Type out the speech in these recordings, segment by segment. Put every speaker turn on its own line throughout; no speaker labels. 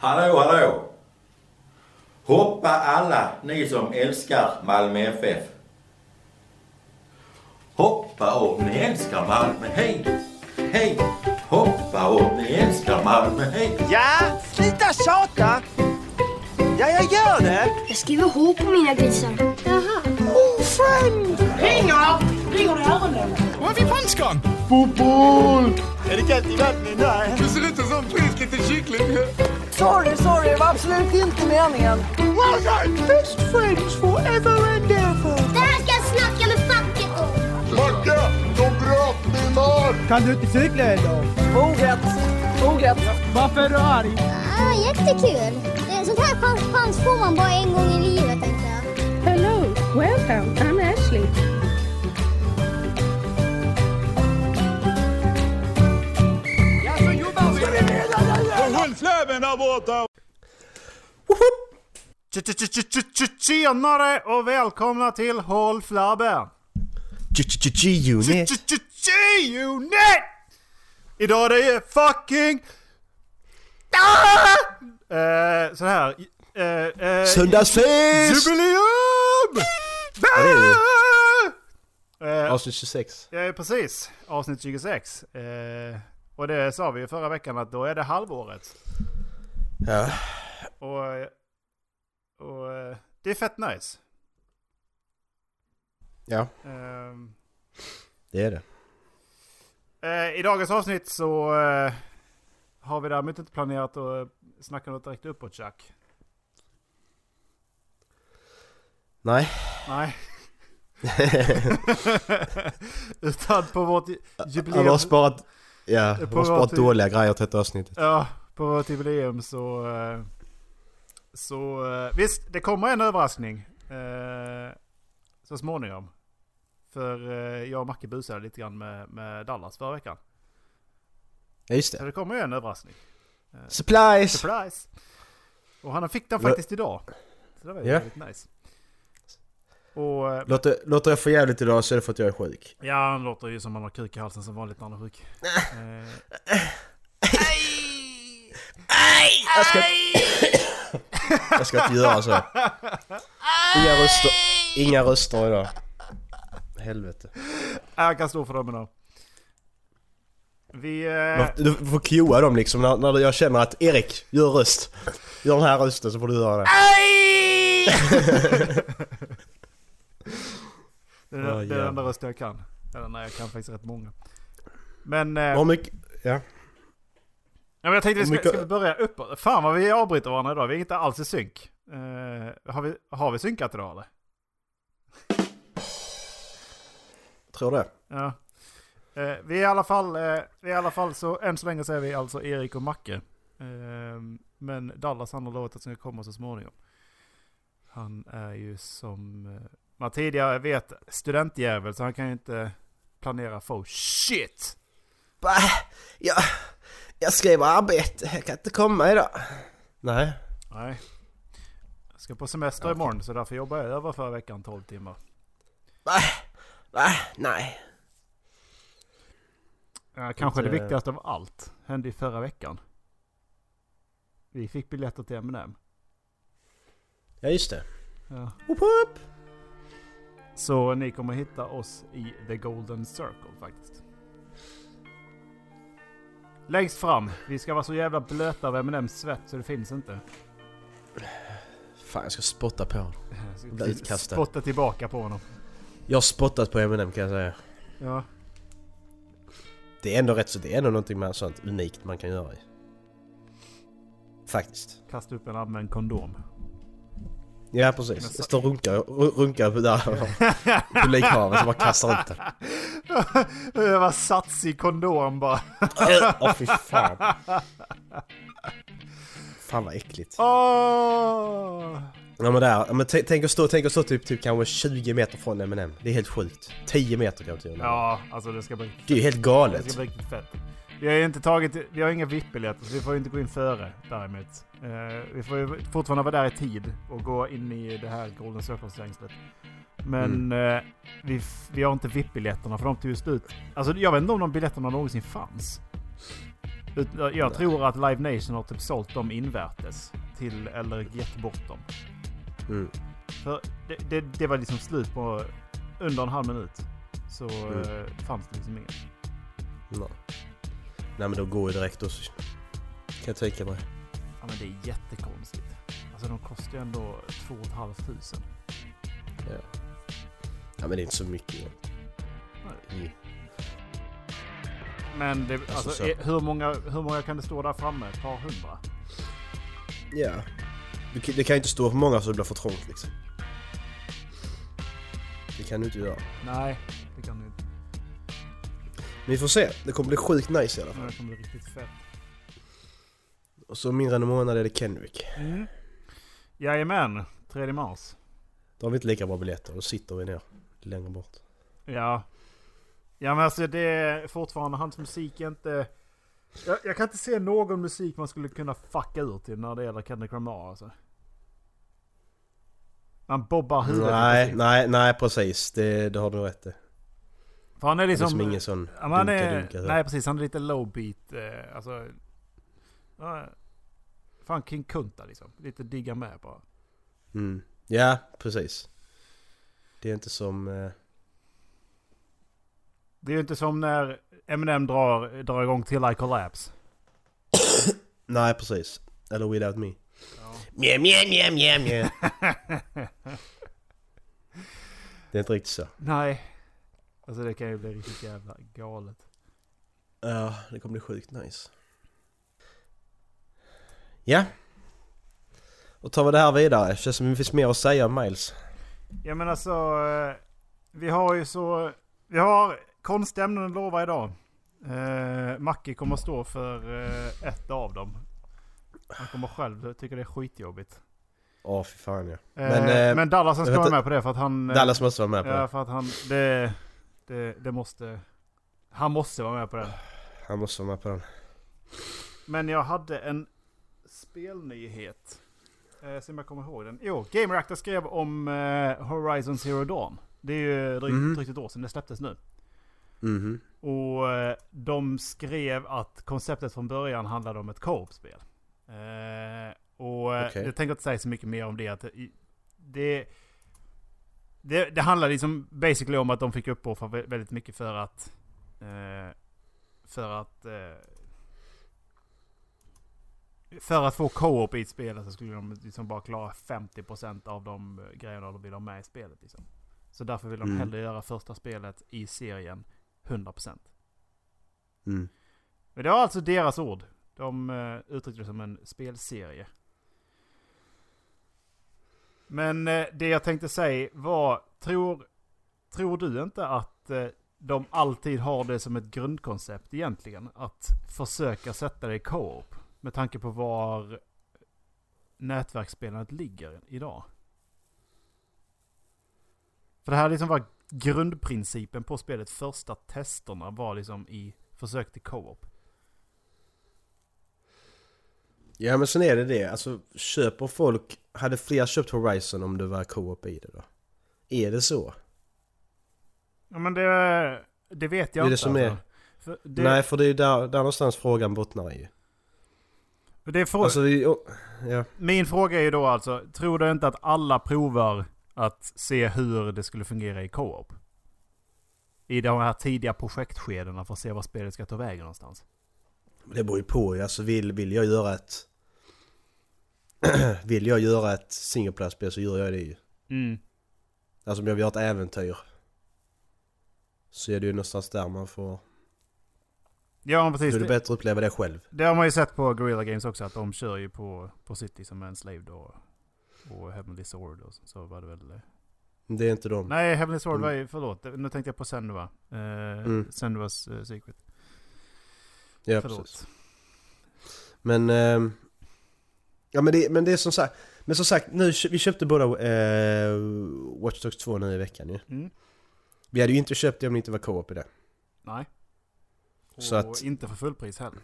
Hallå, hallå! Hoppa alla ni som älskar Malmö FF. Hoppa om ni älskar Malmö, hej! Hej! Hoppa om ni älskar Malmö, hej!
Ja, sluta tjata! Ja, jag gör det!
Jag skriver H på mina grisar.
Pengar! Ringer du ärenden?
Vad är vi punchkan?
Är det kallt i vattnet? Nej.
Du ser ut som en frisk liten kyckling.
Sorry, sorry, det var absolut inte meningen. Well done! Best friends forever and ever!
Det här ska jag snacka med facket om.
Kan du inte cykla idag?
Orätt, orätt.
Varför är du arg?
Ah, jättekul. Det- Sånt här chans, chans får man bara en gång i livet, tänkte jag.
Hello, welcome. I'm Ashley.
Tjenare och välkomna till Håll Flabben!
G-Unit.
G-Unit! Idag är det ju fucking... Ah! Eh, så här. Eh, eh,
Söndagsfest!
Jubileum! Eh,
Avsnitt 26.
ja, precis. Avsnitt 26. Eh, och det sa vi ju förra veckan att då är det halvåret.
Ja.
Och, och eh, det är fett nice.
Ja,
Ehm,
det är det.
Eh, I dagens avsnitt så eh, har vi däremot inte planerat att eh, snacka något direkt uppåt Jack.
Nej.
Nej. Utan på vårt jubileum.
Jag har sparat, ja, jag
På
har sparat
vår-
dåliga grejer till detta avsnittet.
Ja, på vårt jubileum så... eh, Så eh, visst, det kommer en överraskning. eh, Så småningom. För eh, jag och Macke busade lite grann med, med Dallas förra veckan.
Ja, just
Så
det.
det kommer ju en överraskning.
Supplies!
Surprise! Och han fick den
Vad-
faktiskt idag. Så det var ju
Ja.
väldigt nice. Och eh,
Låter, låter jag för jävligt idag så är det för att jag är sjuk.
ja, han låter ju som han har kuk i halsen som vanligt när han är sjuk. Eh,
Jag ska inte göra så. Inga röster, inga röster idag. Helvete.
jag kan stå för dem idag. Vi... Eh,
Du du får cuea dem liksom när, när jag känner att Erik, gör röst. Gör den här rösten så får du göra det.
det är det är den
jävlar.
enda rösten jag kan. Eller nej, jag kan faktiskt rätt många. Men... Eh,
Hur mycket... Ja.
Ja, men jag tänkte vi ska,
Hur mycket-
ska vi börja uppåt. Fan vad vi avbryter varandra idag. Vi är inte alls i synk. Eh, har, vi, har vi synkat idag eller?
Tror det.
Ja. Eh, vi är i alla fall, eh, vi är i alla fall så, än så länge så är vi alltså Erik och Macke. Eh, men Dallas han har lovat att han ska komma så småningom. Han är ju som eh, man tidigare vet studentjävel så han kan ju inte planera för shit.
Jag, jag skriver arbete, jag kan inte komma idag. Nej.
Nej. Jag ska på semester imorgon så därför jobbar jag över förra veckan 12 timmar.
Va? Nej.
Ja, kanske det
Inte-
viktigaste av allt hände i förra veckan. Vi fick biljetter till M&M.
Ja just det.
Ja.
Upp, upp.
Så ni kommer hitta oss i The Golden Circle faktiskt. Längst fram. Vi ska vara så jävla blöta av M&M's svett så det finns inte.
Fan jag ska spotta på honom.
Jag ska
Bli utkastad.
Spotta tillbaka på honom.
Jag har spottat på M&M kan jag säga.
Ja.
Det är ändå rätt så, det är ändå någonting med sånt unikt man kan göra i. Faktiskt.
Kasta upp en använd kondom.
Ja precis. Jag står och runkar, ru- runkar där på likhavet så bara kastar ut den.
det var satsig kondom bara.
Åh fy fan. Fan vad äckligt.
Åh!
Ja men där, ja, men t- tänk att stå, tänk att stå typ, typ kanske 20 meter från M&M Det är helt sjukt. 10 meter kanske till och med.
Ja, alltså det ska bli
Det är ju helt
Det ska
galet.
bli riktigt fett. Vi har ju inte tagit, vi har inga VIP-biljetter så vi får ju inte gå in före däremot. Eh, vi får ju fortfarande vara där i tid och gå in i det här Golden Circle-stängslet. Men eh, vi, f- vi har inte VIP-biljetterna för de tog ju slut. Alltså jag vet inte om de biljetterna någonsin fanns. Ut- Jag tror att Live Nation har typ sålt dem invärtes. Till, eller gett bort dem.
Mm.
För det, det, det var liksom slut på under en halv minut. Så eh, fanns det liksom inget.
Nej. Nej men de går ju direkt också. Kan jag tänka mig.
Ja men det är jättekonstigt. Alltså de kostar ju ändå två och ett halvt tusen.
Ja men det är inte så mycket. Nej.
Men det, alltså,
så-
eh, hur, många, hur många kan det stå där framme? Ett par hundra?
Ja. Du, kan- det kan ju inte stå för många så det blir för trångt liksom. Det kan du inte göra.
Nej, det kan det inte.
Men vi får se. Det kommer bli sjukt nice i alla
Men
fall.
Det kommer bli riktigt fett.
Och så om mindre än en månad är det Kenwick.
Mm. Jajamän, 3 mars.
Då har vi inte lika bra biljetter. Då sitter vi ner längre bort.
Ja. Ja men alltså det är fortfarande, hans musik är inte... Jag, jag kan inte se någon musik man skulle kunna fucka ur till när det gäller Kendrick Lamar alltså. Han bobbar huvudet. i
Nej,
princip.
nej, nej precis. Det, det har du rätt i. Det
För han är
är
liksom...
som ingen sån
ja, men han
dunka,
är,
dunka. så.
nej precis, han är lite low beat. Eh, alltså... Ja, fan King Kunta liksom. Lite digga med bara.
Mm. Ja, precis. Det är inte som... eh,
Det är ju inte som när Eminem drar, drar igång till I Collapse.
Nej, precis. Eller Without Me. Mjä, mjä, mjä, mjä, mjä. Det är inte riktigt så.
Nej. Alltså det kan ju bli riktigt jävla galet.
Ja, det kommer bli sjukt nice. Ja. Och tar vi det här vidare. Känns som det finns mer att säga om Miles.
Ja men alltså. eh, Vi har ju så. Vi har konstämnen att lova idag. Eh, Macke kommer stå för eh, ett av dem. Han kommer själv tycka det är skitjobbigt.
Åh, fy fan ja.
Eh,
Men,
men,
eh,
Dallasen ska
jag vet
vara
inte-
med på det för att han... eh,
Dallas måste vara med på
Ja
det.
för att han... Det, det, det måste... Han måste vara med på det.
Han måste vara med på den.
Men jag hade en spelnyhet. Eh, som jag kommer ihåg den. Jo, Game Reactor skrev om eh, Horizon Zero Dawn. Det är ju drygt,
Mhm.
drygt ett år sedan det släpptes nu.
Mhm.
Och eh, de skrev att konceptet från början handlade om ett co-op-spel. Eh, och eh,
Okej.
jag tänker inte säga så mycket mer om det. Att i- det, det, det handlar liksom basically om att de fick uppoffra vä- väldigt mycket för att... Eh, för att... Eh, för att få co-op i ett spel så skulle de liksom bara klara 50% av de eh, grejerna de vill ha med i spelet. Liksom. Så därför vill de
Mm.
hellre göra första spelet i serien 100%.
Mm.
Men det var alltså deras ord. De eh, uttryckte det som en spelserie. Men eh, det jag tänkte säga var, tror, tror du inte att eh, de alltid har det som ett grundkoncept egentligen? Att försöka sätta det i co-op? Med tanke på var eh, nätverksspelandet ligger idag. För det här liksom var grundprincipen på spelet. Första testerna var liksom i försök till co-op.
Ja men sen är det det, alltså köper folk, hade fler köpt Horizon om det var co-op i det då? Är det så?
Ja men det, det vet jag
Det är det
inte. alltså.
som är-
För det,
Nej för det är ju där, där någonstans frågan bottnar i.
det är frå-
Alltså det är ju- oh, ja.
Min fråga är ju då alltså, tror du inte att alla provar att se hur det skulle fungera i co-op? I de här tidiga projektskedena för att se var spelet ska ta vägen någonstans.
Det beror ju på ju, alltså vill, vill jag göra ett... vill jag göra ett single player spel så gör jag det ju.
Mm.
Alltså om jag vill göra ett äventyr. Så är det ju någonstans där man får...
Ja men
Då
precis.
är det
Det,
bättre att uppleva det själv.
det har man ju sett på Guerrilla Games också att de kör ju på, på City som en slave då. Och Heavenly Sword och så, så var det väl. eh,
Det är inte de.
Nej Heavenly Sword
Mm.
var ju, förlåt. Nu tänkte jag på Senua. Eh,
Mm.
Senuas eh, Secret.
ja, precis.
förlåt.
Men... ehm, ja men det, men det är som sagt... Men som sagt, nu, kö- vi köpte båda eh, Watch Dogs 2 nu i veckan ju.
Mm.
Vi hade ju inte köpt det om det inte var co-op i det.
Nej. Och
Så att-
inte för fullpris heller.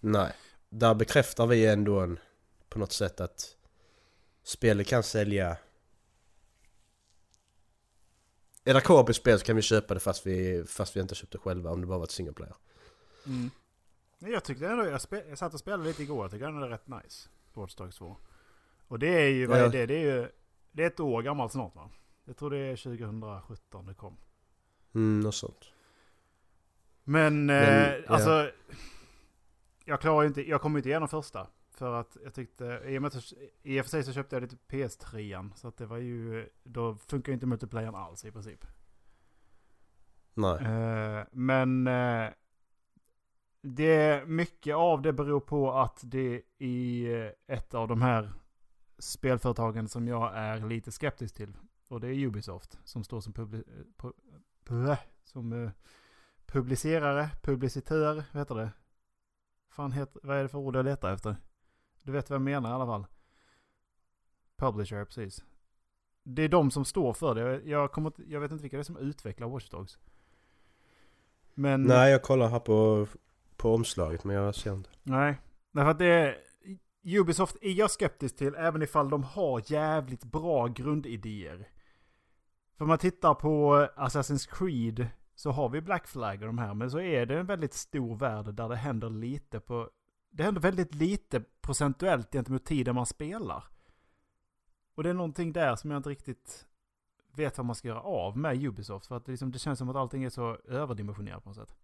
Nej. Där bekräftar vi ändå en, på något sätt att spelet kan sälja... Är det co-op i spel så kan vi köpa det fast vi, fast vi inte köpte själva om det bara var ett single player.
Nej, Jag tyckte ändå, jag, spe, jag satt och spelade lite igår, jag tycker ändå det är rätt nice. Watch Dogs 2. Och det är ju, vad
Ja.
är det? Det är ju, det är ett år gammalt snart va? Jag tror det är 2017 det kom.
Mm, något sånt.
Men, eh,
Men, ja.
alltså, jag klarar ju inte, jag kom ju inte igenom första. För att jag tyckte, i och, med att, i och för sig så köpte jag lite PS3, an, så att det var ju, då funkar ju inte multiplayern alls i princip.
Nej.
Eh, men eh, det, mycket av det beror på att det i eh, ett av de här spelföretagen som jag är lite skeptisk till. Och det är Ubisoft som står som, publi- eh, pu- bleh, som eh, publicerare, publicitör, vad heter det? Fan heter, vad är det för ord jag letar efter? Du vet vad jag menar i alla fall. Publisher, precis. Det är de som står för det. Jag- Jag, kommer, inte- jag vet inte vilka det är som utvecklar Watch Dogs. Men...
Nej, jag kollar här på, på omslaget men jag ser inte.
Nej, därför att det är... Ubisoft är jag skeptisk till, även ifall de har jävligt bra grundidéer. För om man tittar på Assassin's Creed så har vi Black Flag och de här, men så är det en väldigt stor värld där det händer lite på... Det händer väldigt lite procentuellt gentemot tiden man spelar. Och det är någonting där som jag inte riktigt vet vad man ska göra av med Ubisoft. För att det, liksom, det känns som att allting är så överdimensionerat på något sätt.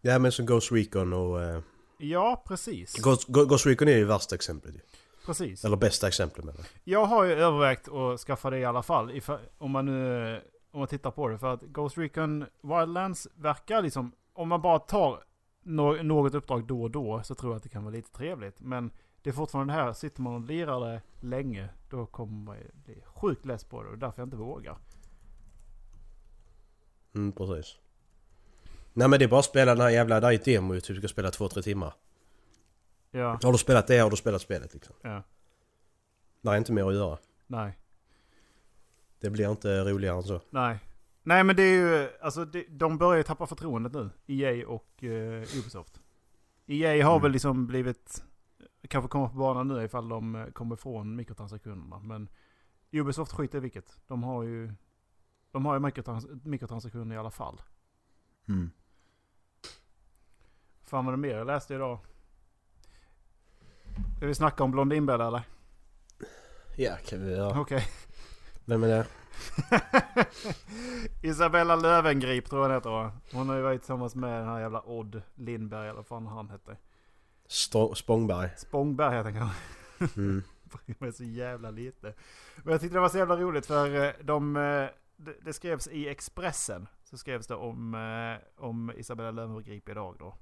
Ja men som Ghost Recon och... Eh,
Ja, precis.
Ghost, Go- Ghost Recon är ju värsta exemplet ju.
Precis.
Eller bästa exemplet menar jag.
Jag har ju övervägt att skaffa det i alla fall. Ifall, om man nu om man tittar på det. För att Ghost Recon Wildlands verkar liksom... Om man bara tar no- något uppdrag då och då så tror jag att det kan vara lite trevligt. Men det är fortfarande det här, sitter man och lirar det länge då kommer man ju bli sjukt less på det. Och därför jag inte vågar.
Mm, precis. Nej men det är bara att spela den här jävla... Där är ett demo ju, typ du ska spela 2-3 timmar.
Ja,
Har du spelat det har du spelat spelet liksom.
ja,
Det är inte mer att göra.
nej,
Det blir inte roligare än så.
nej. Nej men det är ju, alltså det, de börjar ju tappa förtroendet nu. EA och eh, Ubisoft. EA har
Mm.
väl liksom blivit, kanske kommer på banan nu ifall de eh, kommer ifrån mikrotransaktionerna. Men Ubisoft skiter i vilket. De har ju, de har ju mikrotrans- mikrotransaktioner i alla fall.
Mm.
Fan vad det mer jag läste idag. Ska vi snacka om Blondinbella eller?
Ja, kan vi göra.
Okej.
Vem är det?
Isabella Lövengrip tror jag hon heter va? Hon har ju varit tillsammans med den här jävla Odd Lindberg eller vad fan han hette.
Stå- Spångberg.
Spångberg heter han kanske.
Mm.
bryr mig så jävla lite. Men jag tyckte det var så jävla roligt för eh, de, eh, det- det skrevs i Expressen. Så skrevs det om, eh, om Isabella Löwengrip idag då.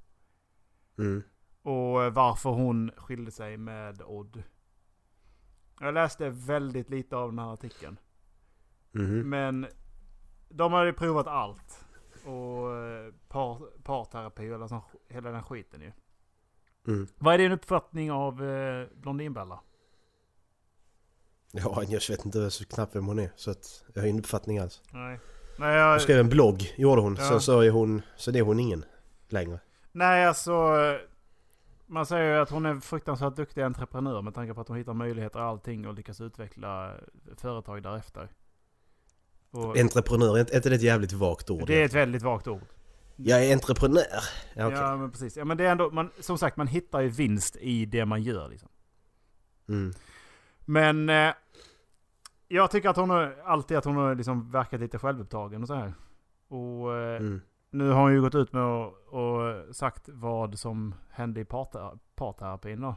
Mm.
Och eh, varför hon skilde sig med Odd. Jag läste väldigt lite av den här artikeln.
Mhm.
Men de hade ju provat allt. Och eh, par, parterapi och alla sån- hela den skiten ju.
Mm.
Vad är din uppfattning av eh, Blondinbella?
Ja, jag vet inte så knappt vem hon är. Så att jag har ingen uppfattning alls.
Nej. Nej, jag,
Hon skrev en blogg, gjorde hon.
Ja.
Sen så är hon... Sen är hon ingen längre.
Nej, alltså... eh, Man säger ju att hon är en fruktansvärt duktig entreprenör med tanke på att hon hittar möjligheter i allting och lyckas utveckla eh, företag därefter. Och
Entreprenör, är inte- är inte det ett jävligt vagt ord?
det är ett väldigt vagt ord.
Jag är entreprenör! Ja, okej.
Ja, men precis. Ja, men det är ändå, man, som sagt, man hittar ju vinst i det man gör. Liksom.
Mm.
Men eh, jag tycker att hon har, alltid att hon har liksom verkat lite självupptagen och så här. Och eh,
Mm.
nu har hon ju gått ut med och, och sagt vad som hände i parter- parterapin då.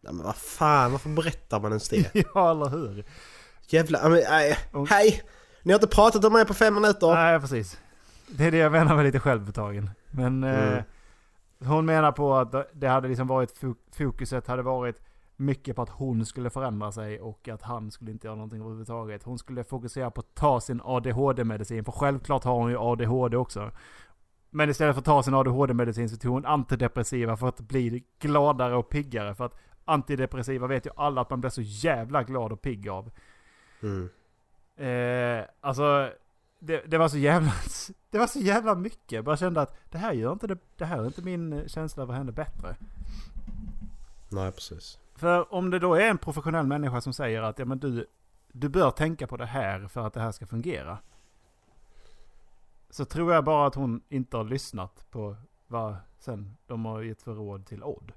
Nej, men vad fan, varför berättar man ens det?
ja, eller hur?
Jävla... ja, Men, nej.
Och-
Hej! Ni har inte pratat om mig på fem minuter!
Nej, precis. Det är det jag menar med lite självbetagen. Men eh,
Mm.
hon menar på att det hade liksom varit fo- fokuset hade varit mycket på att hon skulle förändra sig och att han skulle inte göra någonting överhuvudtaget. Hon skulle fokusera på att ta sin ADHD-medicin, för självklart har hon ju ADHD också. Men istället för att ta sin ADHD-medicin så tog hon antidepressiva för att bli gladare och piggare. För att antidepressiva vet ju alla att man blir så jävla glad och pigg av.
Mm.
Eh, alltså, det, det var så jävla... Det var så jävla mycket. Jag bara kände att det här gör inte, det, det här är inte min känsla över henne bättre.
Nej, precis.
För om det då är en professionell människa som säger att ja, men du, du bör tänka på det här för att det här ska fungera. Så tror jag bara att hon inte har lyssnat på vad sen de har gett för råd till Odd.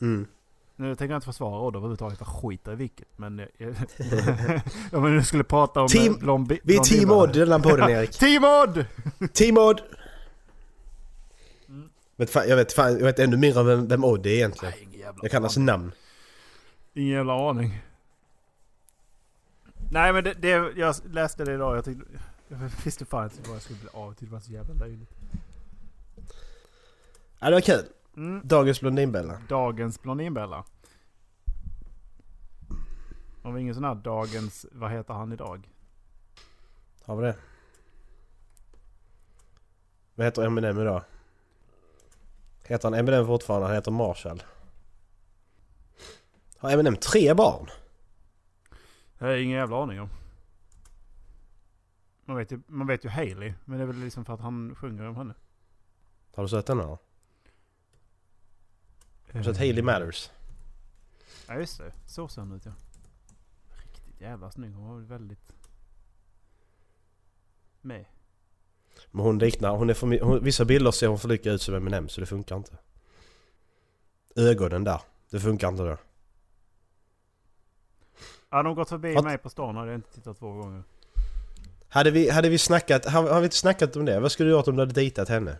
Mm.
Nu tänker jag inte försvara Odd överhuvudtaget, jag skiter i vilket. Men jag, jag, om vi nu skulle prata om...
Team-
eh, Blombi,
Vi är Team
blondinare.
Odd i den här podden Erik.
Team Odd!
Team Odd! Vet fan, jag, vet fan, jag vet ännu mindre om vem, vem Odd är egentligen.
Nej, ingen jävla
Jag kan
aning.
hans namn.
Ingen jävla aning. Nej men det, det, jag läste det idag jag tyckte... Jag visste fan inte vad jag skulle bli av. Jag tyckte det var så jävla löjligt.
Ja, det var kul.
Mm.
Dagens Blondinbella.
Dagens Blondinbella. Har vi ingen sån här dagens... Vad heter han idag?
Har vi det? Vad heter Eminem idag? Heter han Eminem fortfarande? Han heter Marshall. Har Eminem tre barn?
Det har jag ingen jävla aning om. Man vet, ju, man vet ju Hailey, men det är väl liksom för att han sjunger om henne.
Har du sett den eller? Har du sett Hailey Matters?
Ja just det, så ser han ut ja. Riktigt jävla snygg, hon var väl väldigt... Med.
Men hon liknar, hon är för, mi- hon, vissa bilder ser hon för lika ut som Eminem så det funkar inte. Ögonen där, det funkar inte då.
Hade hon gått förbi
Att-
mig på stan hade jag inte tittat två gånger.
Hade vi, hade vi snackat, har, har vi inte snackat om det? Vad skulle du gjort om du hade dejtat henne?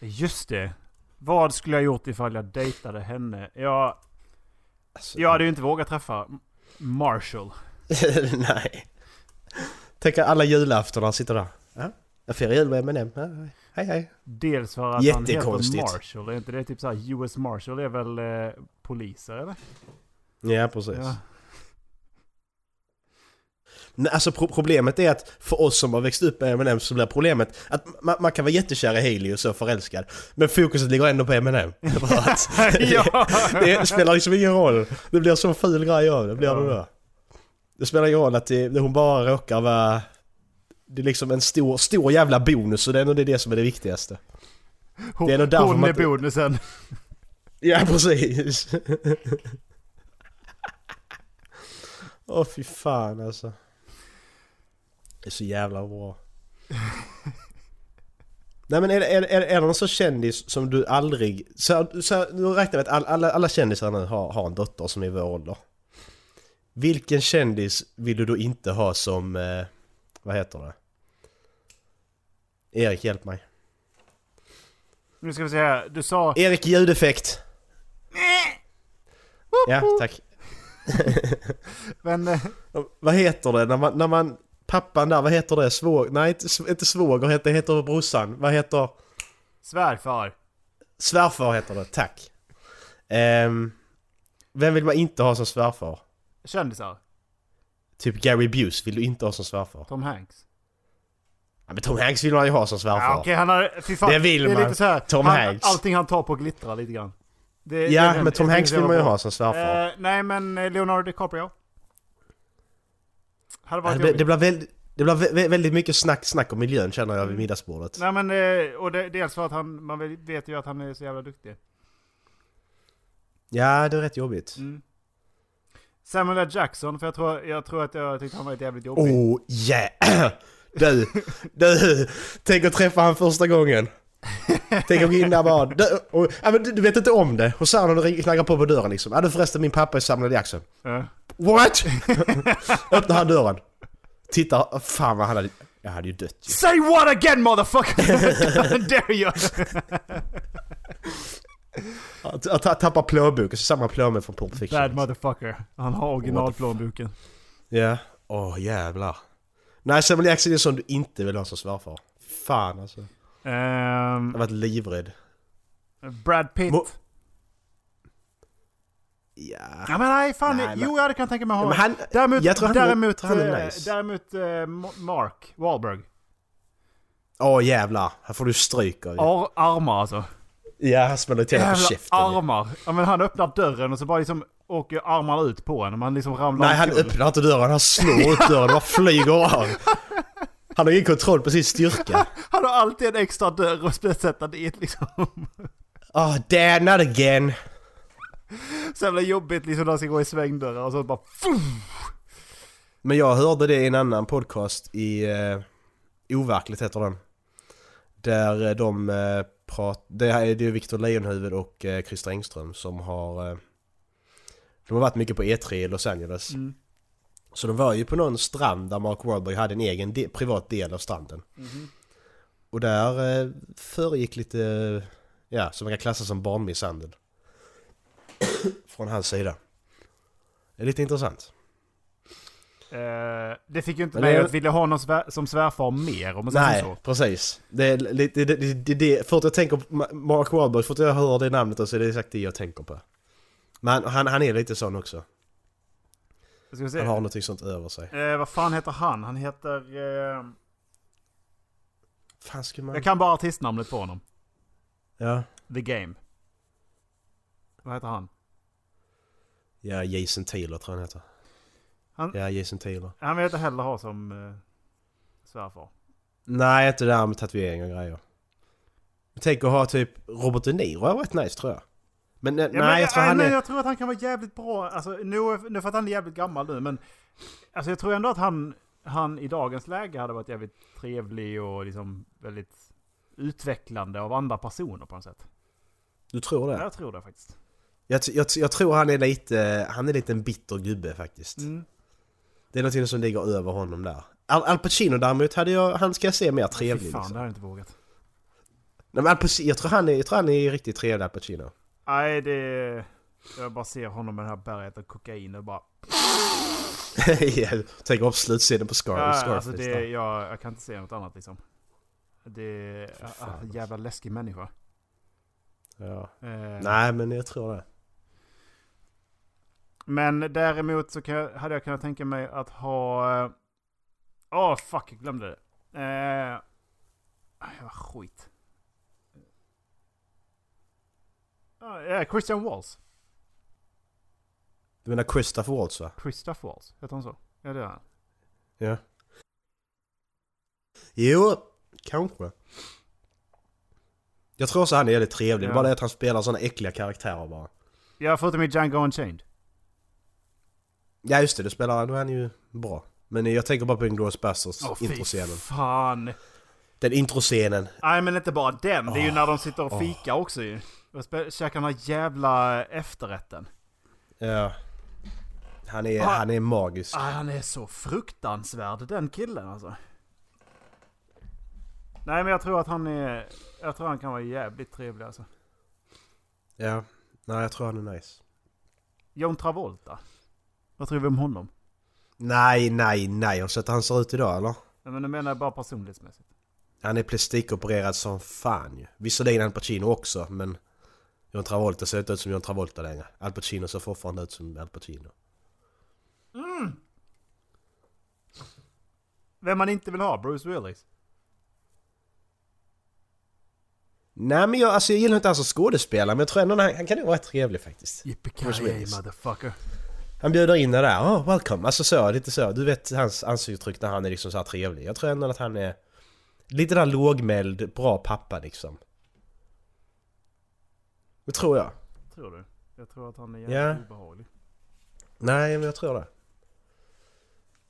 Just det! Vad skulle jag gjort ifall jag dejtade henne? Jag,
Alltså,
jag hade ju inte vågat träffa Marshall.
Nej. Tänk att alla julaftonar sitter där. Ja, jag firar jul med Eminem. Ja, Hej hej.
Dels för att han heter
Jättekonstigt.
Marshall. Är inte det typ såhär US Marshall är väl eh, poliser eller?
Ja precis.
Ja.
Nej, alltså pro- problemet är att för oss som har växt upp med Eminem så blir problemet att ma- man kan vara jättekär i Hailey och så förälskad. Men fokuset ligger ändå på Eminem. Överallt.
ja.
det, det spelar liksom ingen roll. Det blir så en ful grej av det. Blir det, då. det spelar ingen roll att det, det, hon bara råkar vara... Det är liksom en stor, stor jävla bonus och det är nog det, det som är det viktigaste.
Hon,
Det är nog därför
hon
man
är
inte-
bonusen.
Ja, precis. Åh fy fan alltså. Det är så jävla bra. Nej men är, det- är, är, är det någon sån kändis som du aldrig... Så, så, nu räknar vi att all, alla, alla kändisar nu har, har en dotter som är vår ålder. Vilken kändis vill du då inte ha som... Eh, vad heter det? Erik, hjälp mig.
Nu ska vi se här. Du sa...
Erik, ljudeffekt! Ja, tack.
Men, eh,
Vad heter det när man, när man pappan där, vad heter det? Svåg... Nej, inte, sv- inte svåger, heter, det heter brorsan. Vad heter...
svärfar.
Svärfar heter det, tack. Ehm, vem vill man inte ha som svärfar?
Kändisar.
Typ Gary Buse vill du inte ha som svärfar.
Tom Hanks.
Ja, men Tom Hanks vill man ju ha som svärfar.
Ja, okej, han har... Fy fan.
Det vill
är
man.
Lite så här,
Tom
han,
Hanks.
Allting han tar på glittrar lite grann. Det- det
ja
är den-
men Tom
det
Hanks
tycker
vill
jag
man ju
var
ha som svärfar.
bra. Eh, nej, men eh, Leonardo DiCaprio. Hade
Alltså,
varit
det, blir- det
jobbigt.
blir väldigt, det blir vä- vä- väldigt mycket snack, snack om miljön känner jag vid middagsbordet.
Nej men, eh, och det, dels för att han, man vet- vet ju att han är så jävla duktig.
Ja, det är rätt jobbigt.
Samuel L. Jackson, för jag tror, jag tror att jag tyckte han var ett jävligt jobbig.
Oh yeah! Du, du! Tänk att träffa han första gången. Tänk att gå in där bara. Du, och, ja, men du, du vet inte om det. Och sen när du knackar på på dörren liksom. Ja du förresten min pappa är samlad i axeln.
Ja.
What? Öppnar han dörren. Tittar. Fan vad han hade... Jag hade ju dött ju.
Say what again motherfucker! How dare you!
Att- Att han tappar plånboken. Så samma plånbok från Pulp Fiction.
Bad motherfucker. Han har originalplånboken.
Ja. Åh jävlar. Nej Samuel Jackson är en sån du inte vill ha som svärfar. Fan alltså.
Ehm,
Jag har varit livrädd.
Brad Pitt.
Mo- Ja.
ja men nej fan,
Nej, men-
jo jag hade kunnat tänka mig
Men
honom.
han,
Däremot,
jag tror han,
däremot,
han är
eh,
nice.
däremot eh, Ma- Mark Wahlberg.
Åh jävlar, här får du stryk av
Ar armar alltså.
Ja, han smäller till hela
Jävla
käften.
armar. Ja, men han öppnar dörren och så bara liksom åker armarna ut på en. Man liksom ramlar
Nej, han
omkull.
öppnar inte dörren, han slår ut dörren och bara flyger av. Han har ingen kontroll på sin styrka.
Han har alltid en extra dörr att sätta dit liksom.
Ah, dad, not again.
Så jävla jobbigt liksom när han ska gå i svängdörrar och så bara... fuff!
Men jag hörde det i en annan podcast i... Eh, Overkligt heter den. Där eh, de eh, prat... Det här är det är Victor Leijonhufvud och eh, Christer Engström som har... Eh, de har varit mycket på E3 i Los Angeles.
Mm.
Så de var ju på någon strand där Mark Wahlberg hade en egen de- privat del av stranden. Och där eh, föregick lite, ja, som man kan klassa som barnmisshandel. Från hans sida. Det är lite intressant.
Eh, det fick ju inte
Men det
mig
är-
att vilja ha någon svär, som svärfar mer om man säger
Nej,
så.
precis. Det är lite, det, det, det, det, för att jag tänker på Ma- Mark Wahlberg, för att jag hör det namnet så är det exakt det jag tänker på. Men han, han är lite sån också.
Ska vi se.
Han har någonting sånt över sig.
Eh, vad fan heter han? Han heter... Eh,
Fan skulle man...
jag kan bara artistnamnet på honom.
Ja.
The Game. Vad heter han?
ja, Jason Taylor tror jag han heter.
Han-
Ja, Jason Taylor.
Han vill jag inte heller ha som eh, svärfar.
Nej, inte det här med tatueringar och grejer. Jag tänker ha typ Robert De Niro, det rätt nice tror jag. Men eh,
Ja,
nej,
men,
jag tror
nej,
han
men
är...
jag tror att han kan vara jävligt bra. Alltså, nu, nu för att han är jävligt gammal nu, men alltså, jag tror ändå att han, han i dagens läge hade varit jävligt trevlig och liksom väldigt utvecklande av andra personer på något sätt.
Du tror
Ja.
det?
Jag tror det faktiskt.
Jag, jag, jag tror han är lite, han är lite en bitter gubbe faktiskt.
Mm.
Det är någonting som ligger över honom där. Al, Al Pacino däremot hade jag, han ska jag se mer trevlig.
Fy fan,
liksom.
det hade jag inte vågat.
Nej, men Al Pacino, jag, tror han är, jag tror han är riktigt trevlig Al Pacino.
Nej, det... Jag bara ser honom med det här berget av kokain och bara...
jag tänker upp slutscenen på Scar,
Ja,
Scarface.
alltså det,
där.
jag, jag kan inte säga något annat liksom. Det...
fan, alltså.
Ah, jävla läskig människa.
Ja.
Eh,
Nej men jag tror det.
Men däremot så kan jag, hade jag kunnat tänka mig att ha... eh, Åh fuck, jag glömde det. Eh, aj, vad skit. Ja, eh, Christian Walls.
Du menar Christopher Waltz va?
Christoph Walls, heter han så? Ja det är han.
Ja. Jo, kanske. Jag tror så han är väldigt trevlig, det
Ja.
är bara det att han spelar såna äckliga karaktärer bara.
Ja, förutom i Django Unchained.
Ja just det, det spelar då är han ju bra. Men jag tänker bara på Inglourious Basterds
Åh fy
introscenen.
fan.
Den introscenen.
Nej men inte bara den, det är ju när de sitter och fikar också ju. Och spe- käkar den här jävla efterrätten.
Ja. Han är,
Ah.
han är magisk.
Ah, han är så fruktansvärd den killen alltså. Nej men jag tror att han är... Jag tror han kan vara jävligt trevlig alltså.
Ja. Nej jag tror han är nice.
John Travolta. Vad tror vi om honom?
Nej, nej, nej. Har du sett hur han ser ut idag eller?
Nej, men nu menar jag bara personlighetsmässigt.
Han är plastikopererad som fan ju. Visserligen Al Pacino också men John Travolta ser inte ut som John Travolta längre. Al Pacino ser fortfarande ut som Al Pacino.
Vem man inte vill ha? Bruce Willis?
Nej men jag, alltså, jag gillar inte hans som skådespelare men jag tror ändå han, han kan ju vara rätt trevlig faktiskt. Bruce
Yippee
Willis.
motherfucker.
Han bjuder in dig där, oh, welcome, alltså så, lite så. Du vet hans ansiktsuttryck när han är liksom så här trevlig. Jag tror ändå att han är lite där lågmäld, bra pappa liksom. Det tror jag.
Tror du? Jag tror att han är
Ja.
jävligt obehaglig.
Nej, men jag tror det.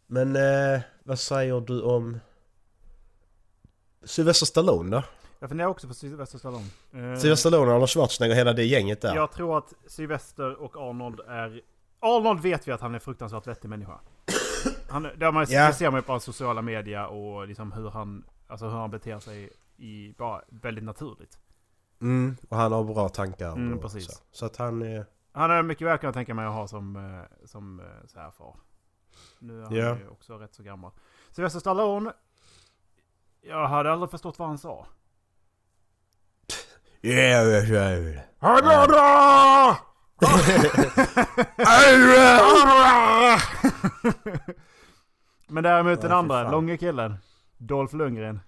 Men eh, vad säger du om Sylvester Stallone då?
Jag funderar också på Sylvester Stallone. Eh,
Sylvester Stallone, Arnold Schwarzenegger, hela det gänget där.
Jag tror att Sylvester och Arnold är... Arnold vet vi att han är en fruktansvärt vettig människa. Han, det, har man,
Ja.
det ser man ju på hans sociala media och liksom hur han, alltså hur han beter sig i, bara väldigt naturligt.
Mm, och han har bra tankar.
Mm,
och
precis.
Så. så att han är...
Han är mycket väl kunnat tänka mig att ha som, eh, som eh, så här far. Nu är han
Ja.
ju också rätt så gammal. Sylvester Stallone. Jag hade aldrig förstått vad han sa.
Yeah, yeah, yeah.
Men däremot den
Ja, fy
andra,
fan.
långe killen. Dolph Lundgren.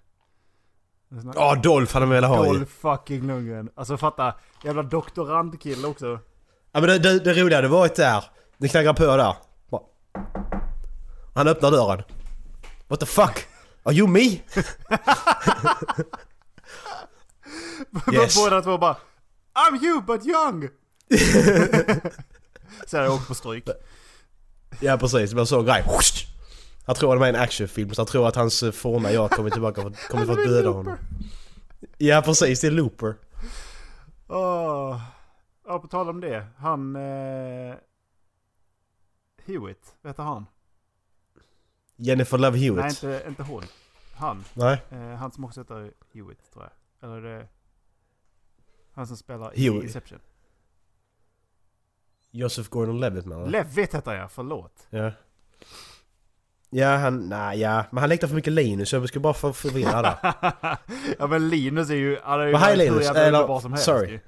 Den snack-
Ja, Dolph hade man velat ha ju.
Dolph fucking Lundgren. Alltså fatta, jävla doktorandkille också.
Ja men det, det, det roliga hade varit där. Det knackar på där. Bara. Han öppnar dörren. What the fuck? Are you me? yes.
Båda två bara I'm you but young! Så hade jag åkt på stryk.
Ja precis, det var så grej. Han tror att det var en actionfilm så han tror att hans eh, forna jag kommer tillbaka och kommer för att döda honom. Ja precis, det är Looper.
Åh. Ja, på tal om det. Han... Eh, Hewitt, vad heter han?
Jennifer Love Hewitt.
Nej, inte, inte hon. Han.
Nej.
Eh, han som också heter Hewitt, tror jag. Eller det... Han som spelar
Hewitt.
i Inception.
Joseph Gordon-Levitt menar du?
Levitt heter jag, förlåt.
Ja. Ja, han... Nej, ja. Men han längtar för mycket Linus. Jag skulle bara för- förvirra där.
ja men Linus är ju... Han är ju
Men hej,
hur
Linus.
jävla
Eller,
underbar som helst
sorry.
ju.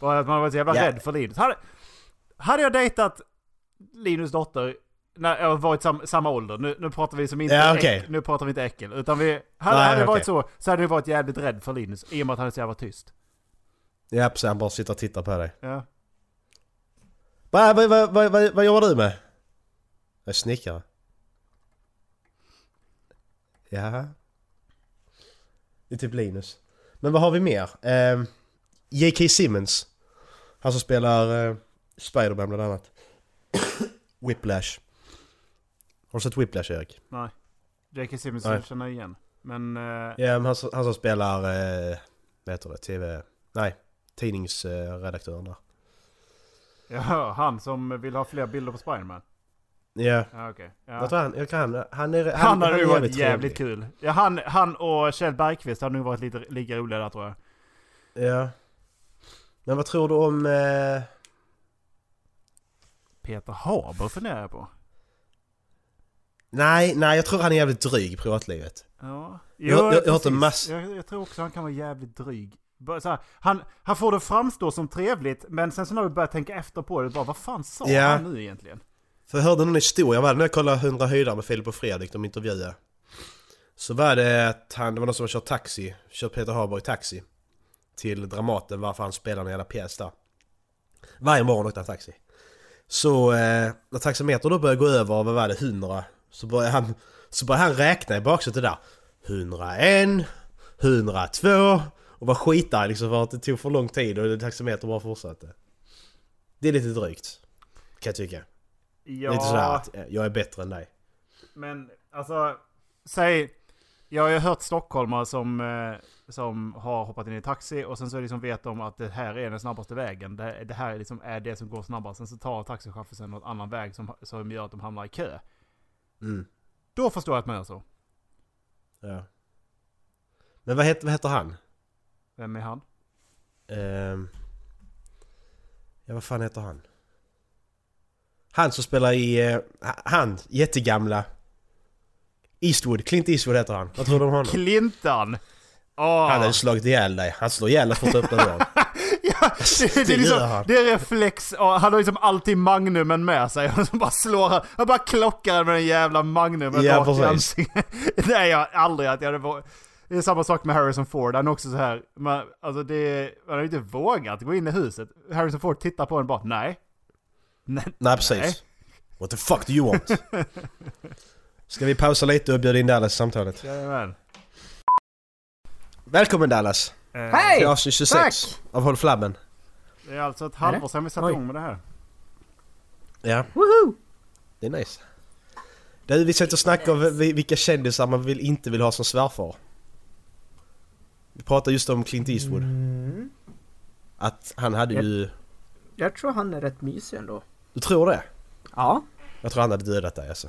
Bara att man var så jävla
Ja.
rädd för Linus. Hade, hade jag dejtat Linus dotter när jag varit sam, samma ålder. Nu, nu pratar vi som inte
Ja,
äck-
okej.
Nu pratar vi inte äckel. Utan vi... Hade,
Nej,
hade det varit
okej.
så, så hade jag varit jävligt rädd för Linus. I och med att han är så jävla tyst.
Ja, precis. Han bara sitter och tittar på dig.
Ja.
Vad vad vad vad vad vad jobbar du med? Jag är snickare. Ja. Det är typ Linus. Men vad har vi mer? Ehm, J.K. Simmons. Han som spelar eh, Spiderman bland annat. Whiplash. Har du sett Whiplash Erik?
Nej. J.K. Simmons
Nej.
känner jag igen. Men... eh,
Ja, men han, som- han som spelar... Eh, vad heter det? TV... Nej. Tidningsredaktören där.
ja, han som vill ha fler bilder på Spiderman.
Ja.
Ja, okej. Ja.
Jag tror han... Jag kan, han, han är...
Han har nog varit
trevlig.
jävligt kul. Ja, han, han och Kjell Bergqvist har nog varit lite, lika roliga där tror jag.
Ja. Men vad tror du om... Eh,
Peter Haber funderar jag på.
nej, nej, jag tror han är jävligt dryg i privatlivet.
Ja.
Jag- jag- jag har hört en
precis.
massa-
jag, jag tror också han kan vara jävligt dryg. Bara Så här, han, han får det framstå som trevligt, men sen så när du börjar tänka efter på det, bara vad fan sa
Ja.
han nu egentligen?
För jag hörde någon historia om det när jag kollade 100 höjdare med Filip och Fredrik, de intervjuade. Så var det att han, det var någon som hade kört taxi, kört Peter Haber i taxi. Till Dramaten, varför han spelade en jävla pjäs där. Varje morgon åkte han taxi. Så eh, när taxametern då började gå över, vad var det, 100? Så började han, så började han räkna i baksätet där. 101, 102 och var skitarg liksom för att det tog för lång tid och taxametern bara fortsatte. Det är lite drygt. Kan jag tycka. Lite sådär
Ja,
att eh, jag är bättre än dig.
men alltså, säg, jag har ju hört stockholmare som, eh, som har hoppat in i taxi och sen så liksom vet de att det här är den snabbaste vägen. Det, det här är, liksom, är det som går snabbast. Sen så tar taxichauffören någon annan väg som, som gör att de hamnar i kö.
Mm.
Då förstår jag att man gör så.
Ja. Men vad heter, vad heter han?
Vem är han?
Ehm, ja, vad fan heter han? Han som spelar i... eh, ha- han, jättegamla. Eastwood, Clint Eastwood heter han. Vad tror du om honom?
Clinton! Åh.
Han hade slagit ihjäl dig. Han slår ihjäl dig för att öppna dörren.
ja, det, det,
Det
är
gör
liksom,
han.
det är reflex, Ja, han har liksom alltid magnumen med sig. Och så bara slår han, han bara klockar den med den jävla magnumen
Ja,
rakt i
precis.
ansiktet. Nej, jag aldrig att jag hade vå- Det är samma sak med Harrison Ford, han är också så här. Man, alltså det, man har ju inte vågat gå in i huset. Harrison Ford tittar på en och bara nej. Nej,
Nej, precis.
Nej.
What the fuck do you want? Ska vi pausa lite och bjuda in Dallas i samtalet?
jajamän.
Välkommen Dallas!
Eh,
Till
Hej!
avsnitt 26
Tack!
av Håll Flabben.
det är alltså ett halvår sedan vi satte igång med det här.
Ja.
Woohoo!
Det är nice. Du, vi sitter och snackar om vi- vilka kändisar man vill, inte vill ha som svärfar. Vi pratade just om Clint Eastwood. Att han hade ju...
Jag tror han är rätt mysig ändå.
Du tror det?
Ja.
Jag tror han hade dödat dig alltså.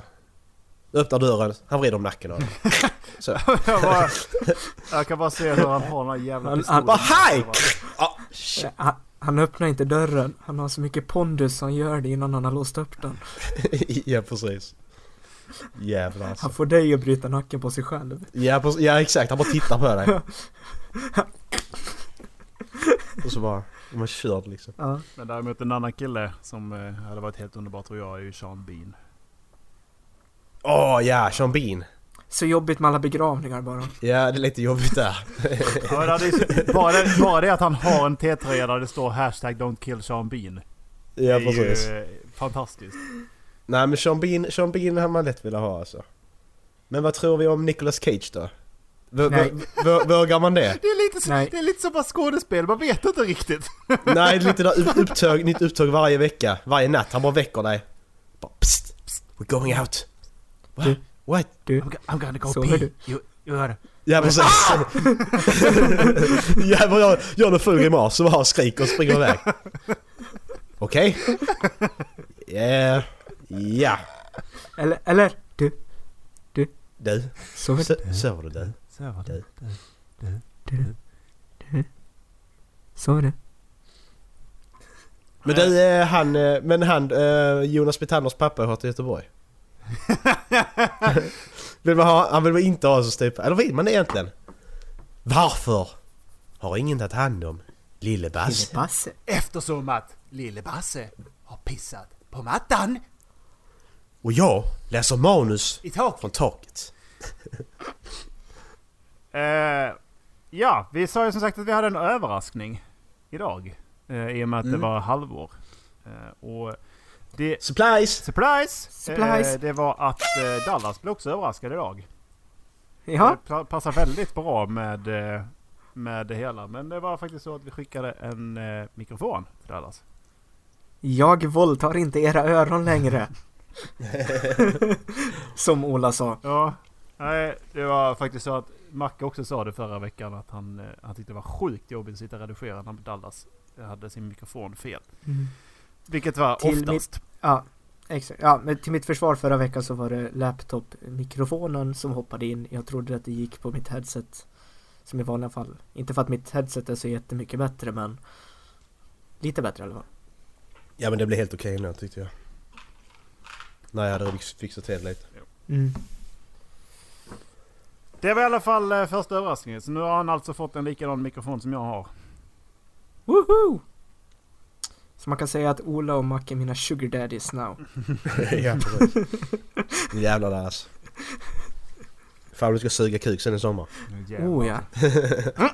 Du öppnar dörren, han vrider om nacken av dig.
Jag, bara, jag kan bara se hur han har den här jävla
Han-
pistolen.
Bara hej!
Eh, Han, han öppnar inte dörren, han har så mycket pondus så han gör det innan han har låst upp den.
ja precis. Jävlar alltså.
Han får dig att bryta nacken på sig själv.
Ja, precis, ja exakt, han bara tittar på dig. och så bara... De är körd liksom.
Ja.
Men däremot en annan kille som eh, hade varit helt underbar tror jag är ju Sean Bean.
Åh ja, Sean Bean.
Så jobbigt med alla begravningar bara.
Ja, det är lite jobbigt där.
Ja, men det är, bara, det, bara det att han har en T-tröja där det står hashtag don't kill Sean Bean.
Ja,
det är
precis.
ju eh, fantastiskt.
Nej men Sean Bean, Sean Bean hade man lätt velat ha alltså. Men vad tror vi om Nicolas Cage då? V-
Nej.
v- v- vågar man det?
Det är lite, så,
Nej.
det är lite som bara skådespel, man vet inte riktigt.
Nej, det är lite där upp- upptåg, nytt upptåg varje vecka, varje natt. Han bara väcker dig. Bara, psst, psst, we're going out. What?
Du-
What?
Du,
I'm gonna go
Sover pee.
You, you are,
Ja precis. ja, men jag gör en ful grimas och bara skriker och springer iväg. Okej? Eh, Ja,
Eller, eller du,
du.
sov inte.
S- Sover du du?
Så.
du?
Sov du?
Men du, eh, han, eh, men han, eh, Jonas Betanders pappa har till Göteborg. vill man ha, han vill väl inte ha så typ, eller vill man det egentligen? Varför har ingen tagit hand om lille Basse?
Basse.
Eftersom att lille Basse har pissat på mattan
Och jag läser manus
i taket.
från taket.
Eh, ja, vi sa ju som sagt att vi hade en överraskning idag. Eh, I och med att
Mm.
det var halvår. Eh, och det...
Supplies!
Surprise!
Surprise.
Eh, det var att eh, Dallas blev också överraskad idag.
Ja,
Det pa- passar väldigt bra med, eh, med det hela. Men det var faktiskt så att vi skickade en eh, mikrofon till Dallas.
jag våldtar inte era öron längre. Som Ola sa.
Ja, nej, det var faktiskt så att Macke också sa det förra veckan att han, eh, han tyckte det var sjukt jobbigt att sitta och redigera när Dallas hade sin mikrofon fel. Vilket var
Mm. Till
oftast.
Ja, exakt. Ja, men till mitt försvar förra veckan så var det laptop-mikrofonen som hoppade in. Jag trodde att det gick på mitt headset. Som i vanliga fall. Inte för att mitt headset är så jättemycket bättre men lite bättre i alla fall.
Ja men det blev helt okej nu tyckte jag. Nej jag hade fix- fixat till lite.
Det var i alla fall eh, första överraskningen. Så nu har han alltså fått en likadan mikrofon som jag har.
Woohoo! Så man kan säga att Ola och Mac är mina sugar daddies now.
ja precis. Jävlar Dallas. Fan du ska suga kuk sen i sommar.
Oh ja.
Ja,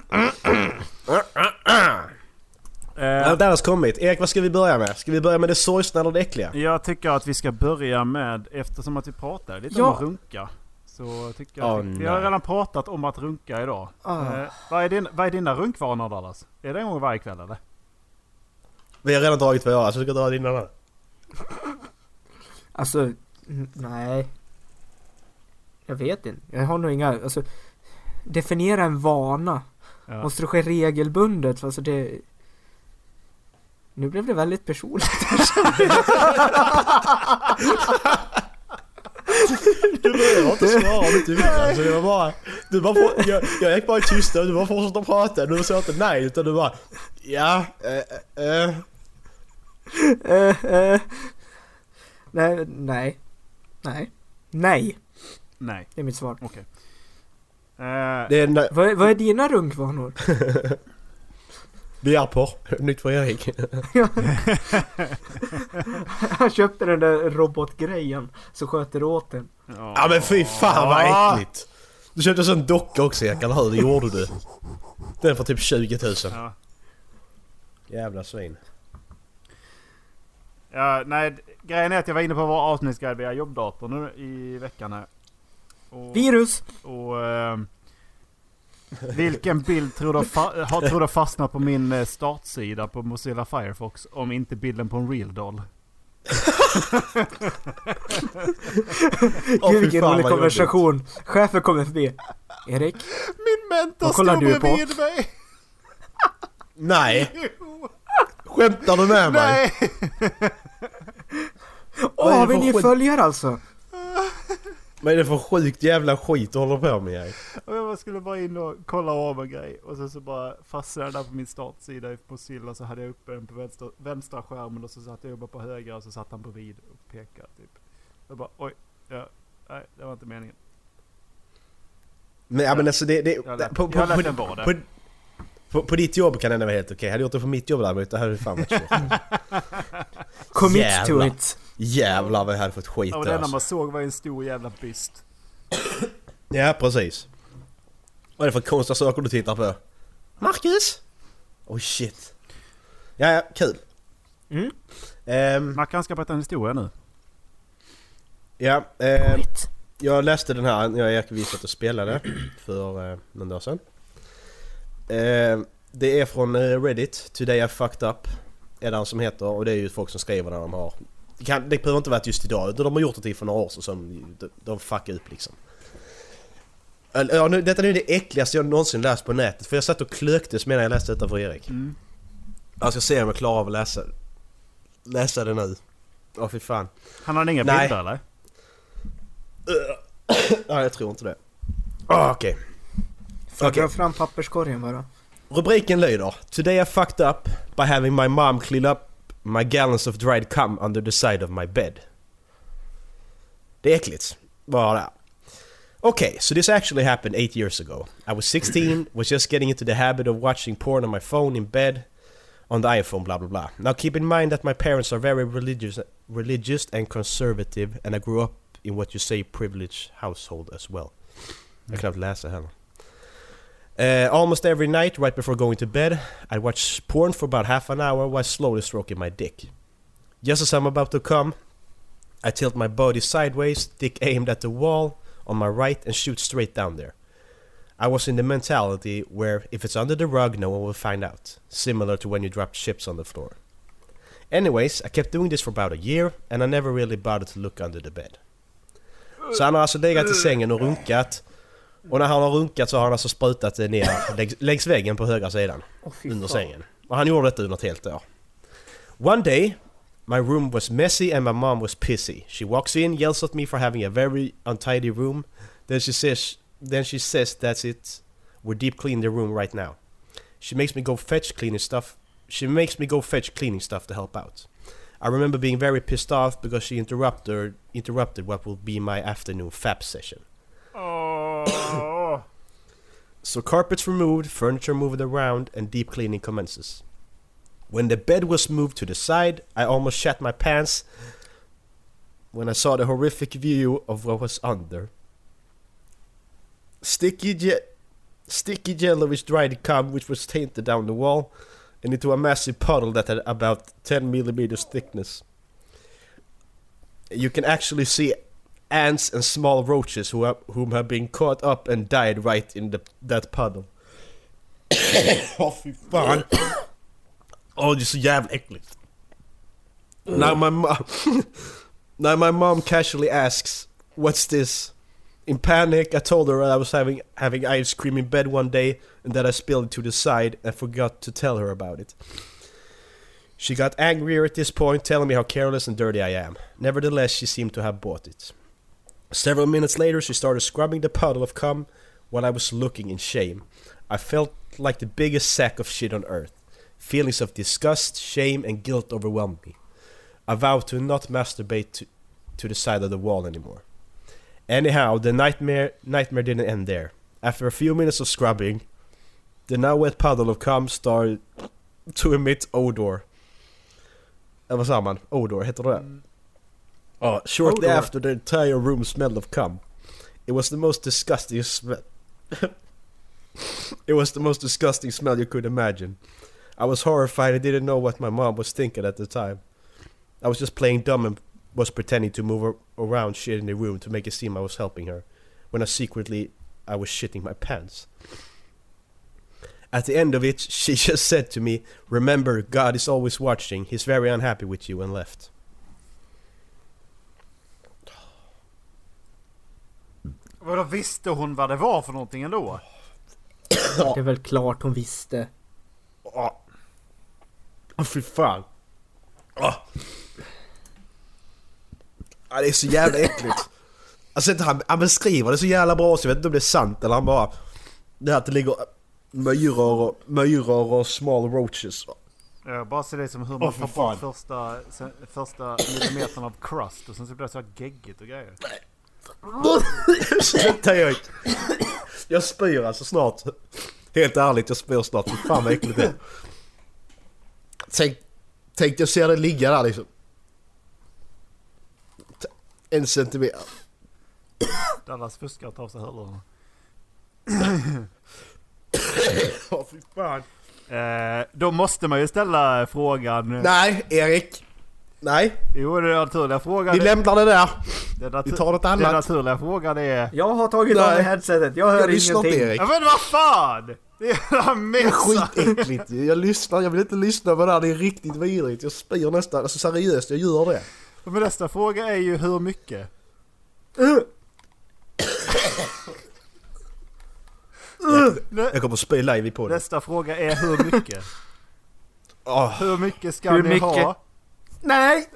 Eh,
Dallas kommit. Erik vad ska vi börja med? Ska vi börja med det sorgsna eller det äckliga?
jag tycker att vi ska börja med, eftersom att vi pratade lite
Ja.
om att runka. Så tycker jag
Åh,
att vi, vi har
nej.
redan pratat om att runka idag.
Ah.
Eh, vad, är din, vad är dina runkvanor Dallas? Är det en gång varje kväll eller?
Vi har redan dragit vad jag har så du ska dra din annan.
Alltså, n- nej. Jag vet inte. Jag har nog inga, alltså. Definiera en vana.
Ja.
Måste det ske regelbundet? För Alltså det... Nu blev det väldigt personligt.
Du behöver inte svara om du inte vill. Alltså, det var bara, du bara får, jag, jag gick bara i tysta och du bara fortsatte prata. Du sa inte nej utan du bara ja, eh, eh.
Eh, eh. nej, nej. Nej. Nej,
Nej,
det är mitt svar.
okej. Eh,
Det är en,
Vad, är- vad är dina runkvanor?
vi är på. Nytt för Erik.
Han köpte den där robotgrejen, så sköter det åt den.
ja.
Ja men fy fan vad äckligt. Du köpte en sån docka också Erik, eller hur? Det gjorde du. Den för typ 20 000.
Ja.
Jävla svin.
Ja, nej, d- grejen är att jag var inne på vår avsnittsguide via jobbdatorn nu i veckan här. Och-
Virus!
Och ehm, vilken bild tror du, har fa- har, tror du har fastnat på min eh, startsida på Mozilla Firefox om inte bilden på en real doll?
Åh, fy
Gud vilken
fan,
rolig
vad
konversation. Chefen kommer förbi. Erik,
Min mentor
Vad kollar
stod
stod du på?
bredvid
bredvid
mig!
Nej! Skämtar du med mig?
Nej!
Vad är det
åh, vi
för
ni
skit?
följare alltså?
Vad är det för sjukt jävla skit du håller på med Erik?
Och jag bara skulle bara in och kolla av en grej och sen så bara fastnade jag där på min startsida i Mozilla så hade jag uppe den på vänstra, vänstra skärmen och så satt jag uppe på höger och så satt han bredvid och pekade typ. Jag bara oj, ja, nej det var inte meningen.
Men, ja, men alltså det... det
Jag lät,
på, på,
jag lät
på,
den vara där.
på, på, på ditt jobb kan det ändå vara helt okej. Hade jag gjort det på mitt jobb däremot, det hade fan varit svårt.
Commit to
Jävlar.
it.
Jävlar vad jag hade fått skit
Ja, Och det
där
enda
alltså.
man såg var ju en stor jävla byst.
Ja, precis. Vad är det för konstiga saker du tittar på? Marcus? Oh shit. Ja, ja, kul.
Mm.
Ehm,
Mackan ska berätta en historia nu.
ja, ehm,
Commit.
jag läste den här när jag och Erik vi satt och spelade för eh, någon dag sedan. Ehm, det är från eh, Reddit, Today I fucked up. Är den som heter och det är ju folk som skriver när de har... Det, kan, det behöver inte vara just idag utan de har gjort det till för några år sedan som de, de fuckar upp liksom. Eller, Ja, nu, detta är det äckligaste jag någonsin läst på nätet. För jag satt och klöktes medan jag läste detta för Erik. Alltså,
Mm.
Jag ska se om jag klarar av att läsa, läsa det nu. Ja, fy fan.
Han hade inga
Nej.
bilder eller?
Nej, jag tror inte det. Ah, Okej.
Får jag
Okej.
dra fram papperskorgen bara?
Rubriken lyder Today I fucked up by having my mom clean up my gallons of dried cum under the side of my bed. Det är äckligt. Bara. Okay, so this actually happened eight years ago. I was 16, was just getting into the habit of watching porn on my phone in bed on the iPhone, blah blah blah. Now keep in mind that my parents are very religious, religious and conservative and I grew up in what you say privileged household as well. Jag kan knappt läsa heller. Uh, almost every night, right before going to bed, I watch porn for about half an hour while slowly stroking my dick. Just as I'm about to come, I tilt my body sideways, dick aimed at the wall on my right, and shoot straight down there. I was in the mentality where if it's under the rug, no one will find out, similar to when you drop chips on the floor. Anyways, I kept doing this for about a year, and I never really bothered to look under the bed. Så han har alltså legat i sängen och runkat, och när han har runkat så har han alltså sprutat det ner längs, längs väggen på högra sidan.
Åh, fy
under
fan.
sängen. Och han gjorde detta under ett helt år. One day, my room was messy and my mom was pissy. She walks in, yells at me for having a very untidy room. Then she says, then she says that's it. We're deep cleaning the room right now. She makes me go fetch cleaning stuff. She makes me go fetch cleaning stuff to help out. I remember being very pissed off because she interrupted interrupted what will be my afternoon fab session.
Åh.
So carpets removed, furniture moved around, and deep cleaning commences. When the bed was moved to the side, I almost shat my pants when I saw the horrific view of what was under. Sticky, je- sticky yellowish dried cum, which was tainted down the wall, and into a massive puddle that had about 10 millimeters thickness. You can actually see ants and small roaches who have, whom have been caught up and died right in the, that puddle. Åh fy fan! Åh det är så jävla äckligt. Now my mom... now my mom casually asks What's this? In panic I told her I was having, having ice cream in bed one day and that I spilled it to the side and forgot to tell her about it. She got angrier at this point, telling me how careless and dirty I am. Nevertheless, she seemed to have bought it. Several minutes later, she started scrubbing the puddle of cum while I was looking in shame. I felt like the biggest sack of shit on earth. Feelings of disgust, shame, and guilt overwhelmed me. I vowed to not masturbate to, to the side of the wall anymore. Anyhow, the nightmare nightmare didn't end there. After a few minutes of scrubbing, the now wet puddle of cum started to emit odor. Eller Eh, vad sa man? Odor, heter det det? Ja, shortly
Odor.
after the entire room smelled of cum. It was the most disgusting smell. it was the most disgusting smell you could imagine. I was horrified and didn't know what my mom was thinking at the time. I was just playing dumb and was pretending to move ar- around shit in the room to make it seem I was helping her, when I secretly I was shitting my pants. At the end of it, she just said to me, "Remember, God is always watching. He's very unhappy with you," and left.
Vadå visste hon vad det var för någonting ändå?
Det är väl klart hon visste.
Åh, oh, Ah. fy fan. Åh. Ja, Ah, det är så jävla äckligt. Alltså, inte han, han beskriver det så jävla bra så jag vet inte om det är sant eller han bara... Det här att det ligger myror och, myror och small roaches.
Jag bara ser det som hur man
Åh, för
tar bort
fan.
första, sen, första millimetern av crust och sen så blir det så här geggigt och grejer.
Sluta jag Jag spyr alltså snart. Helt ärligt, jag spyr snart. Fy fan vad äckligt det är. Tänk, tänk jag ser det ligga där liksom. T- En centimeter.
Dallas fuskar och tar av sig hörlurarna.
Åh fy fan.
Eh, då måste man ju ställa frågan.
Nej, Erik. Nej,
Jo, den naturliga frågan.
vi lämnar det där.
den natu-
vi tar något annat.
Den naturliga frågan är...
Jag har tagit av
Nej.
mig headsetet, jag hör
Jag lyssnar inte
ingenting.
Erik.
Ja, men vad fan! Det är jävla messa!
Skitäckligt ju. Jag lyssnar, jag vill inte lyssna på det här. Det är riktigt vidrigt. Jag spyr nästan. Alltså seriöst, jag gör det.
Men nästa fråga är ju hur mycket?
Jag kommer att spy live i podden.
Nästa fråga är hur mycket?
Åh.
Hur mycket ska
Hur
ni
mycket?
ha?
Nej!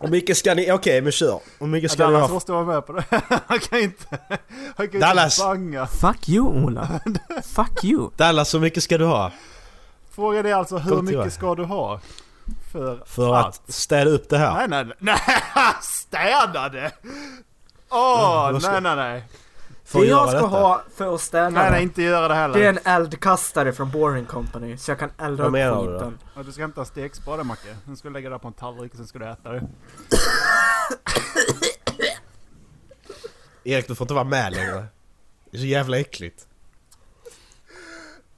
Hur mycket ska ni... Okej, men kör. Hur mycket
Ja,
ska ni
Dallas
ha?
måste vara med på det. Han kan inte... Han kan
Dallas!
inte banga.
Fuck you Ola! Fuck you!
Dallas, hur mycket ska du ha?
Frågan är alltså hur
Kom till mig.
mycket ska du ha? För...
För att städa upp det
Nej,
här.
nej, nej. nej. Städade! Åh,
Mm, vad ska-
nej, nej, nej.
För
Det
att
jag
göra
ska
detta.
ha för att
Nej,
städa
nej, inte göra det heller.
Det är en eldkastare från Boring Company så jag kan elda
Vad
upp
menar du då?
skiten.
Ja, Du ska hämta en stekspade, Macke. Sen ska du lägga det här på en tallrik och sen ska du äta det.
Erik, du får inte vara med längre. Det är så jävla äckligt.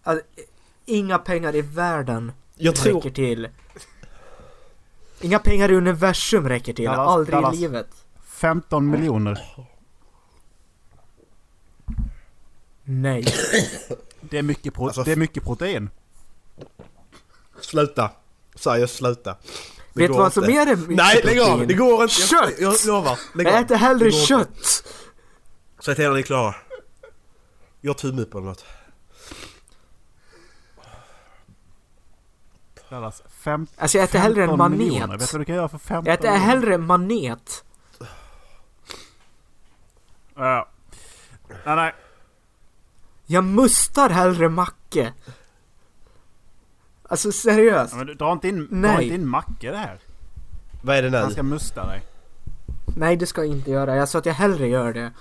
Alltså, inga pengar i världen
Jag tror...
räcker till. Inga pengar i universum räcker till.
Dallas,
Aldrig
Dallas.
i livet.
15 miljoner.
Nej.
Det är mycket, pro-
Alltså,
det är mycket protein.
Sluta. Seriöst, sluta. Det
Vet du
går
vad som
inte.
är det mycket
Nej, lägg av!
protein?
Det går inte!
Kött!
Jag, jag lovar. Lägg
Jag
av.
äter hellre
Det går inte.
kött!
Säg till när ni är klara. Gör tumme upp eller något.
Dallas, fem-
Alltså jag äter hellre en
15
manet.
miljoner. Vet du vad du kan göra för 15
Jag äter hellre en manet.
Ja. Nej, nej.
Jag mustar hellre macke. Alltså seriöst.
Ja, Men du, dra, inte in, dra
Nej.
inte in Macke det här.
Vad är det
Han
nu?
ska musta dig.
Nej det ska jag inte göra. Jag sa att jag hellre gör det.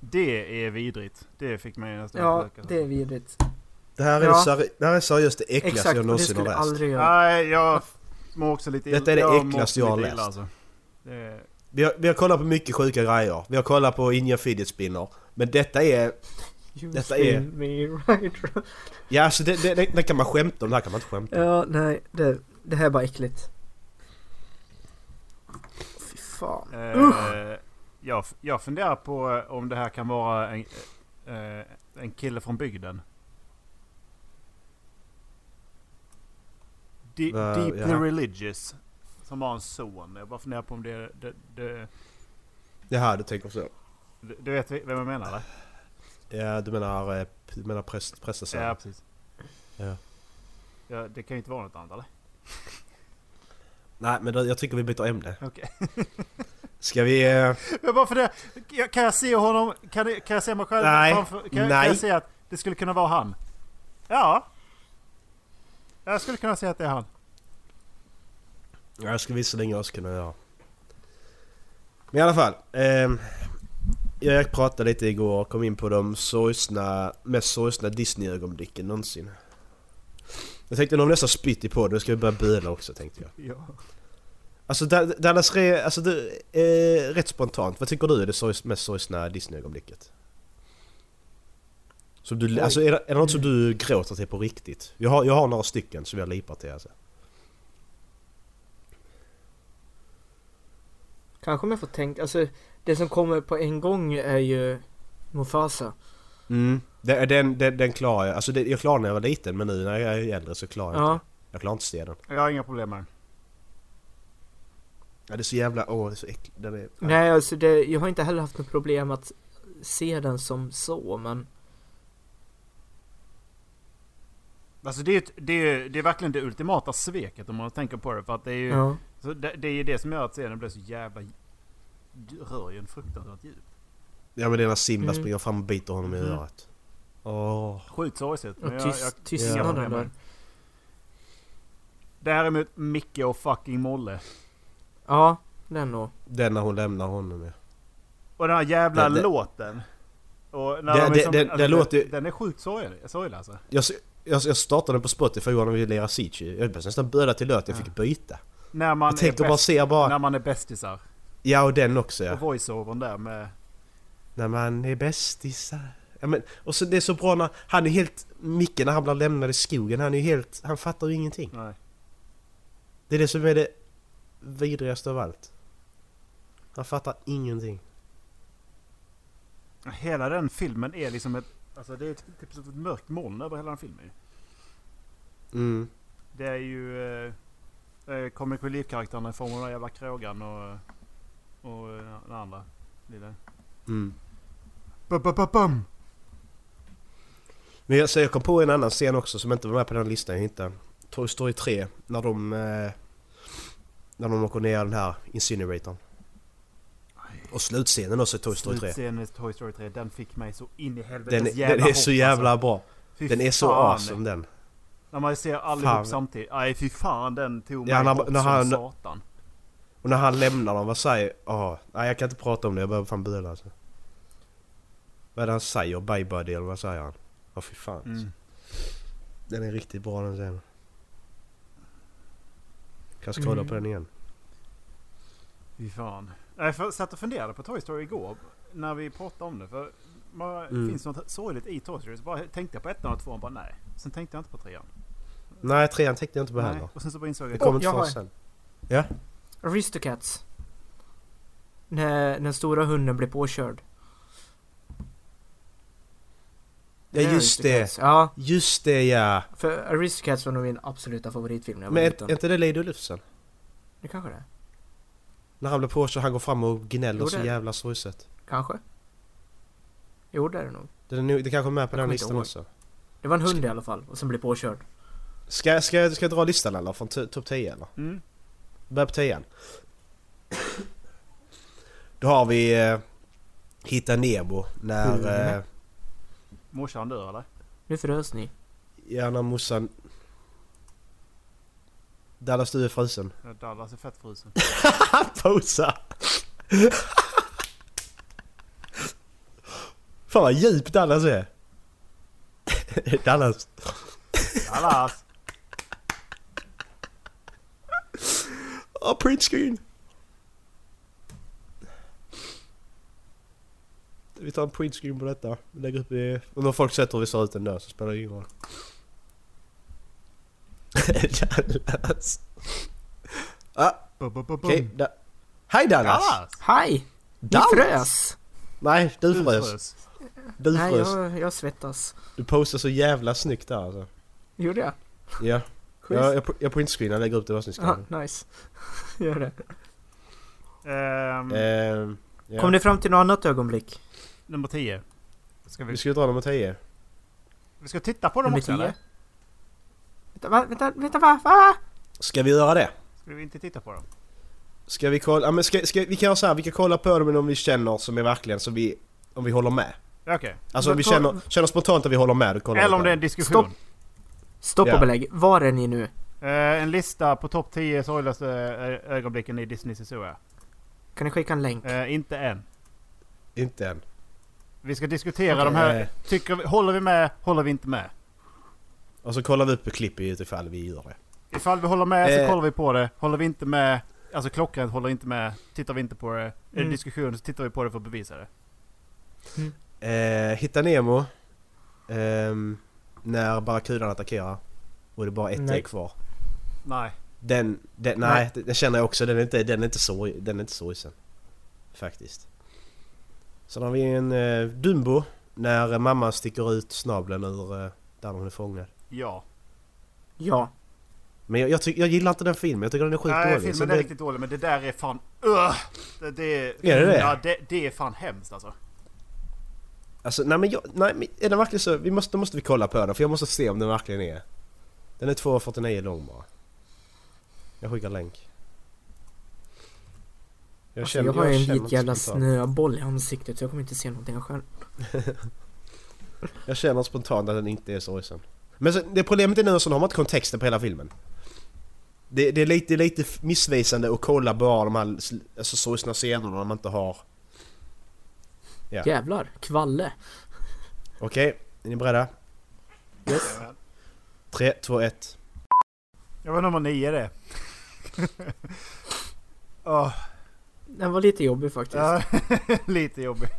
Det är vidrigt. Det fick mig nästan
Ja,
att kräkas.
det är vidrigt.
Det här är,
Ja.
seri- det här är seriöst det äckligaste
Exakt,
jag
och det
någonsin har
skulle jag
läst. Ah,
aldrig göra.
Nej, jag mår också lite
Detta är det
jag mår
äckligaste
också
jag har
lite
läst.
illa, Alltså. Det är,
Vi, har, vi har kollat på mycket sjuka grejer. Vi har kollat på Indian fidget spinner. Men detta är...
You
detta
spin
är-
me right round.
Ja, alltså det, det, det, det kan man skämta om. Det här kan man inte skämta om.
Ja, nej. Det, det här är bara äckligt. Fy fan.
eh, jag, jag funderar på eh, om det här kan vara en, eh, en kille från bygden. De,
Va,
deeply
ja.
religious. Som har en son. Jag bara funderar på om det... det, det
Jaha, du tänker så.
du, du vet vem jag menar eller?
Ja, du menar, eh, du menar präst, prästesen?
Ja, precis.
Ja.
Ja, det kan ju inte vara något annat eller?
Nej, men då, jag tycker vi byter ämne.
Okej.
Ska vi... Eh,
Men bara för det, jag- kan jag se honom, kan, jag- kan jag se mig själv
Nej.
framför, kan, kan
Nej.
jag se att det skulle kunna vara han? Ja. Jag skulle kunna säga att det är han.
Ja, jag skulle visserligen också kunna göra. Men i alla fall. ehm, jag pratade lite igår kom in på de sorgsna, mest sorgsna Disney-ögonblicken någonsin. Jag tänkte nog nästan spytt i podden, då ska vi börja böla också tänkte jag.
Ja.
Alltså Da- Dallas, Re, alltså du, eh, rätt spontant, vad tycker du är det sorgs, mest sorgsna Disney-ögonblicket? Som du, alltså är det, är det något som du gråter till på riktigt? Jag har, jag har några stycken som jag lipar till alltså.
Kanske om jag får tänka. Alltså, det som kommer på en gång är ju Mufasa.
Mm. Den, den, den, den klarar jag. Alltså det, jag klarar när jag var liten men nu när jag är äldre så klarar jag
Ja.
inte. Jag klarar inte se den.
Jag har inga problem med den.
Ja, det är så jävla... Åh, det är så äckligt. Den är...
Nej, alltså det, jag har inte heller haft något problem att se den som så, men
Alltså det är, ju ett, det, är, ju- det är verkligen det ultimata sveket om man tänker på det. För att det är ju
ja.
så det, det, är ju det som gör att serien blir så jävla... Rör ju en fruktansvärt djup.
Ja men det är när Simba
Mm.
springer fram och biter honom i
Mhm.
örat. Åh.
Sjukt sorgset. men
Och
jag-
tyst,
jag-
Ja.
tystnaden
jag-
där.
Däremot Micke och fucking Molle.
Ja, den då.
Den när hon lämnar honom ja.
Och den här jävla
Det- det-
låten. Och när
Det-
de är
det-
som,
det-
alltså,
det låter ju-
den, den är sjukt sorglig sorglig, alltså.
Jag, s- jag, jag startade den på Spotify igår när vi lirade Siege. Jag började nästan böla till låt jag fick byta.
När man,
Jag tänkte
är
bara
bäst,
se
när
bara...
man är bästisar.
Ja och den också
Och
ja.
voiceovern där med...
När man är bästisar. Ja, men, och så det är så bra när... Han är helt... Micke när han blir lämnad i skogen, han är ju helt... Han fattar ju ingenting.
Nej.
Det är det som är det vidrigaste av allt. Han fattar ingenting.
Hela den filmen är liksom ett... Alltså det är ett, typ som ett mörkt moln över hela den filmen ju.
Mm.
Det är ju... Eh, eh, Comic Relief-karaktärerna i form av den där jävla krågan och... Och eh, den andra lilla...
Mm.
Ba-ba-ba-bam!
Men jag, så jag kom på en annan scen också som inte var med på den listan jag hittade. Toy Story 3, när de... Eh, när de åker ner den här incineratorn. Och slutscenen också i Toy Story 3.
Slutscenen i Toy Story 3, den fick mig så in i helvetes
Den,
jävla
den är
hopp,
så jävla
alltså.
bra.
Fy
Den är så
fan.
awesome den.
När man ser allihop
Fan.
samtidigt. Nej fy fan den tog
Ja,
mig
när-
bort
när
som
han-
satan.
Och när han lämnar dem, vad säger... Åh, nej jag kan inte prata om det, jag börjar fan böla alltså. Vad är det han säger? Bye buddy eller vad säger han? Åh fy fan alltså.
Mm.
Den är riktigt bra den scenen. Kan skrolla
Mm.
på den igen.
Fy fan. Jag för- satt och funderade på Toy Story igår. När vi pratade om det. För man,
Mm.
finns något sorgligt i Toy Story. Så bara tänkte jag på ettan och tvåan bara nej. Sen tänkte jag inte på trean.
Nej, trean tänkte jag inte på
Nej.
heller.
Och sen så bara insåg jag
Det
att
kommer
Åh,
inte
jag
förrän
har-
sen.
Aristocats. När den stora hunden blev påkörd.
Ja just det!
Aristocats. Ja,
Just det ja!
för Aristocats var nog min absoluta favoritfilm när jag var
Men är
liten.
inte det Lady Lufsen?
Det kanske det är.
När han blir påkörd, han går fram och gnäller
Jo,
så
det-
jävla sorgset.
Kanske. Jo, det är det nog.
Det, är nog- det kanske är med på
Jag
den
kommer inte
listan
ihåg.
också.
Det var en hund i alla fall, och sen blev påkörd.
Ska, ska, jag- ska jag dra listan eller? Från to- topp 10 eller?
Mm.
Börja på 10 Då har vi eh, Hitta Nemo när... Eh,
morsan dör eller?
Nu frös ni.
ja, när morsan... Dallas du är frusen.
Ja, Dallas är fett frusen.
Posa! Fan vad djup Dallas är! Dallas!
Dallas!
Åh, print screen! Vi tar en print screen på detta. Vi lägger upp i... Om någon folk sett hur vi ser ut ändå så spelar det ingen roll. Dallas!
Bum, bum, bum, bum.
Mm.
Okej, da- Hej Dallas!
Dallas!
Hej! Ni
Dallas!
frös!
Nej, du
Du
frös.
frös.
Du
Nej,
frös.
jag, jag svettas.
Du postar så jävla snyggt där alltså.
Gjorde jag?
Ja.
Schysst.
Jag, jag, pr- jag printscreenar och lägger upp det i avsnittskanalen.
Aha, nice. Gör det.
Ehm,
Ehm, ja.
Kom ni fram till något annat ögonblick?
Nummer 10. Ska vi,
Vi ska ju dra nummer 10.
vi ska titta på dem
Nummer
också
10?
eller?
Vänta, va? Vänta, vänta, va? va?
Ska vi göra det?
Ska vi inte titta på dem?
Ska vi kolla? Ja, men ska, ska, vi kan göra så här, vi kan kolla på dem om vi känner som är verkligen så vi... Om vi håller med.
Okej.
Alltså om vi
Men kolla-
känner, känner spontant att vi håller med, då kollar vi
Eller
på
om det är en
dem.
diskussion.
Stopp. Stopp
Ja.
och belägg. Var är ni nu?
Eh, en lista på topp 10 sorgligaste eh, ögonblicken i Disneys historia.
Kan ni skicka en länk?
Eh, inte än.
Inte än.
Vi ska diskutera de här.
Eh,
Tycker vi, håller vi med? Håller vi inte med?
och så kollar vi upp klipp i ifall vi gör det.
Ifall vi håller med så
Eh.
kollar vi på det. Håller vi inte med, alltså klockan håller inte med. Tittar vi inte på det. Är det
Mm.
diskussion så tittar vi på det för att bevisa det.
Eh, Hitta Nemo. Ehm, när Barracudan attackerar. Och det är bara ett
Nej.
ägg kvar.
Nej.
Den, den nej,
Nej.
den- den känner jag också. Den är inte, den är inte sorg, den är inte sorgsen. Faktiskt. Sen har vi en eh, Dumbo. När eh, mamma sticker ut snabeln ur eh, där hon är fångad.
Ja.
Ja.
Men jag, jag, tyck, jag gillar inte den filmen. Jag tycker den är sjukt
Nej,
dålig. Så
filmen är
det-
riktigt dålig men det där är fan... Ugh! Det, det är...
Är det det?
Ja, det, det är fan hemskt alltså.
Alltså nej men jag, nej men är den verkligen så, vi måste, då måste vi kolla på den för jag måste se om den verkligen är. Den är 2,49 lång bara. Jag skickar länk. Jag
Alltså, jag har ju en
känner
vit jävla
spontant-
snöboll i ansiktet så jag kommer inte se någonting själv.
Jag känner spontant att den inte är sorgsen. Men så, det problemet är nu så har man inte kontexten på hela filmen. Det, det, är lite, det är lite missvisande att kolla bara de här sl- alltså, sorgsna scenerna när man inte har... Ja.
Jävlar, kvalle.
Okej, är ni beredda?
Yes.
3, 2, 1.
Jag var nummer nio det. Åh,
Den var lite jobbig faktiskt.
ja, lite jobbigt.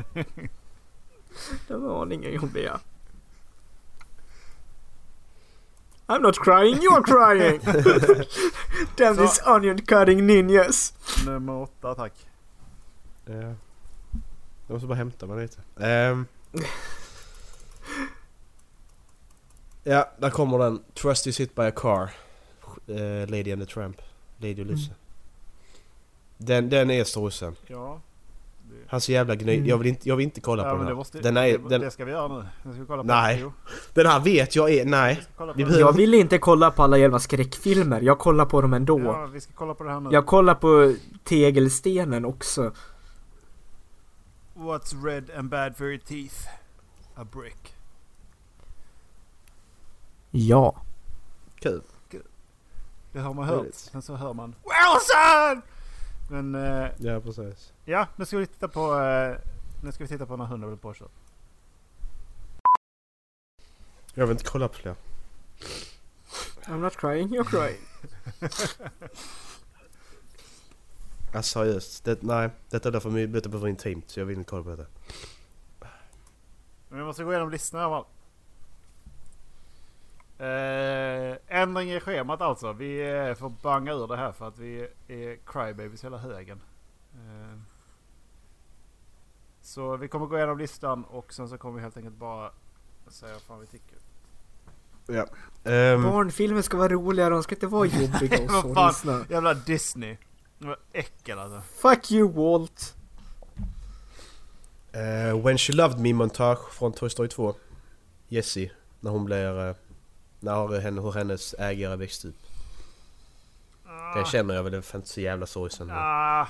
Den var aningen jobbig ja. I'm not crying, you're crying! Damn
Så.
these onion cutting ninjas!
Nummer åtta tack.
Ja. Eh, Jag måste bara hämta mig lite. Ehm. ja, där kommer den. Trust is hit by a car. Eh, Lady and the
Mm.
Tramp. Lady och Lucy. Den, den är sorgsen.
Ja. Det...
Han är så jävla gnyd. Jag, vill inte, jag vill inte kolla
Mm. Ja,
på
men
den
det,
här.
måste,
den, här,
det,
den,
det ska vi göra nu. Vi ska kolla på
Nej.
Jo,
den här vet jag är... Nej.
kolla på
Vi
den.
behöver
Jag vill inte kolla på alla jävla skräckfilmer. Jag kollar på dem ändå.
Ja, vi ska kolla på det här nu.
Jag kollar på Tegelstenen också.
What's red and bad for your teeth? A brick.
Ja.
Kul.
Det har man hört.
Roligt.
Sen så hör man Wilson! Men eh,
Ja, precis.
ja, nu ska vi titta på... eh, nu ska vi titta på när hunden blir påkörd.
Jag vill inte kolla på fler.
I'm not crying, you're crying.
Ja, seriöst. Det, nej. Detta är för mycket. Detta blir för intimt. Så jag vill inte kolla på detta.
Men vi måste gå igenom listorna i alla fall. Eh, ändring i schemat alltså. Vi eh, får banga ur det här för att vi är crybabies hela högen. Eh, så vi kommer gå igenom listan och sen så kommer vi helt enkelt bara säga vad fan vi tycker.
Ehm,
Barnfilmer ska vara roliga, de ska inte vara jobbiga och
Vad fan?
sorgsna.
Jävla Disney. Vad äckel alltså.
Fuck you Walt!
eh, When She Loved Me-montage från Toy Story 2. Jessie. När hon blir... eh, när henne, hur hennes ägare växte upp. Den känner jag väl. Den är fan inte så jävla sorgsen. men-
Ah.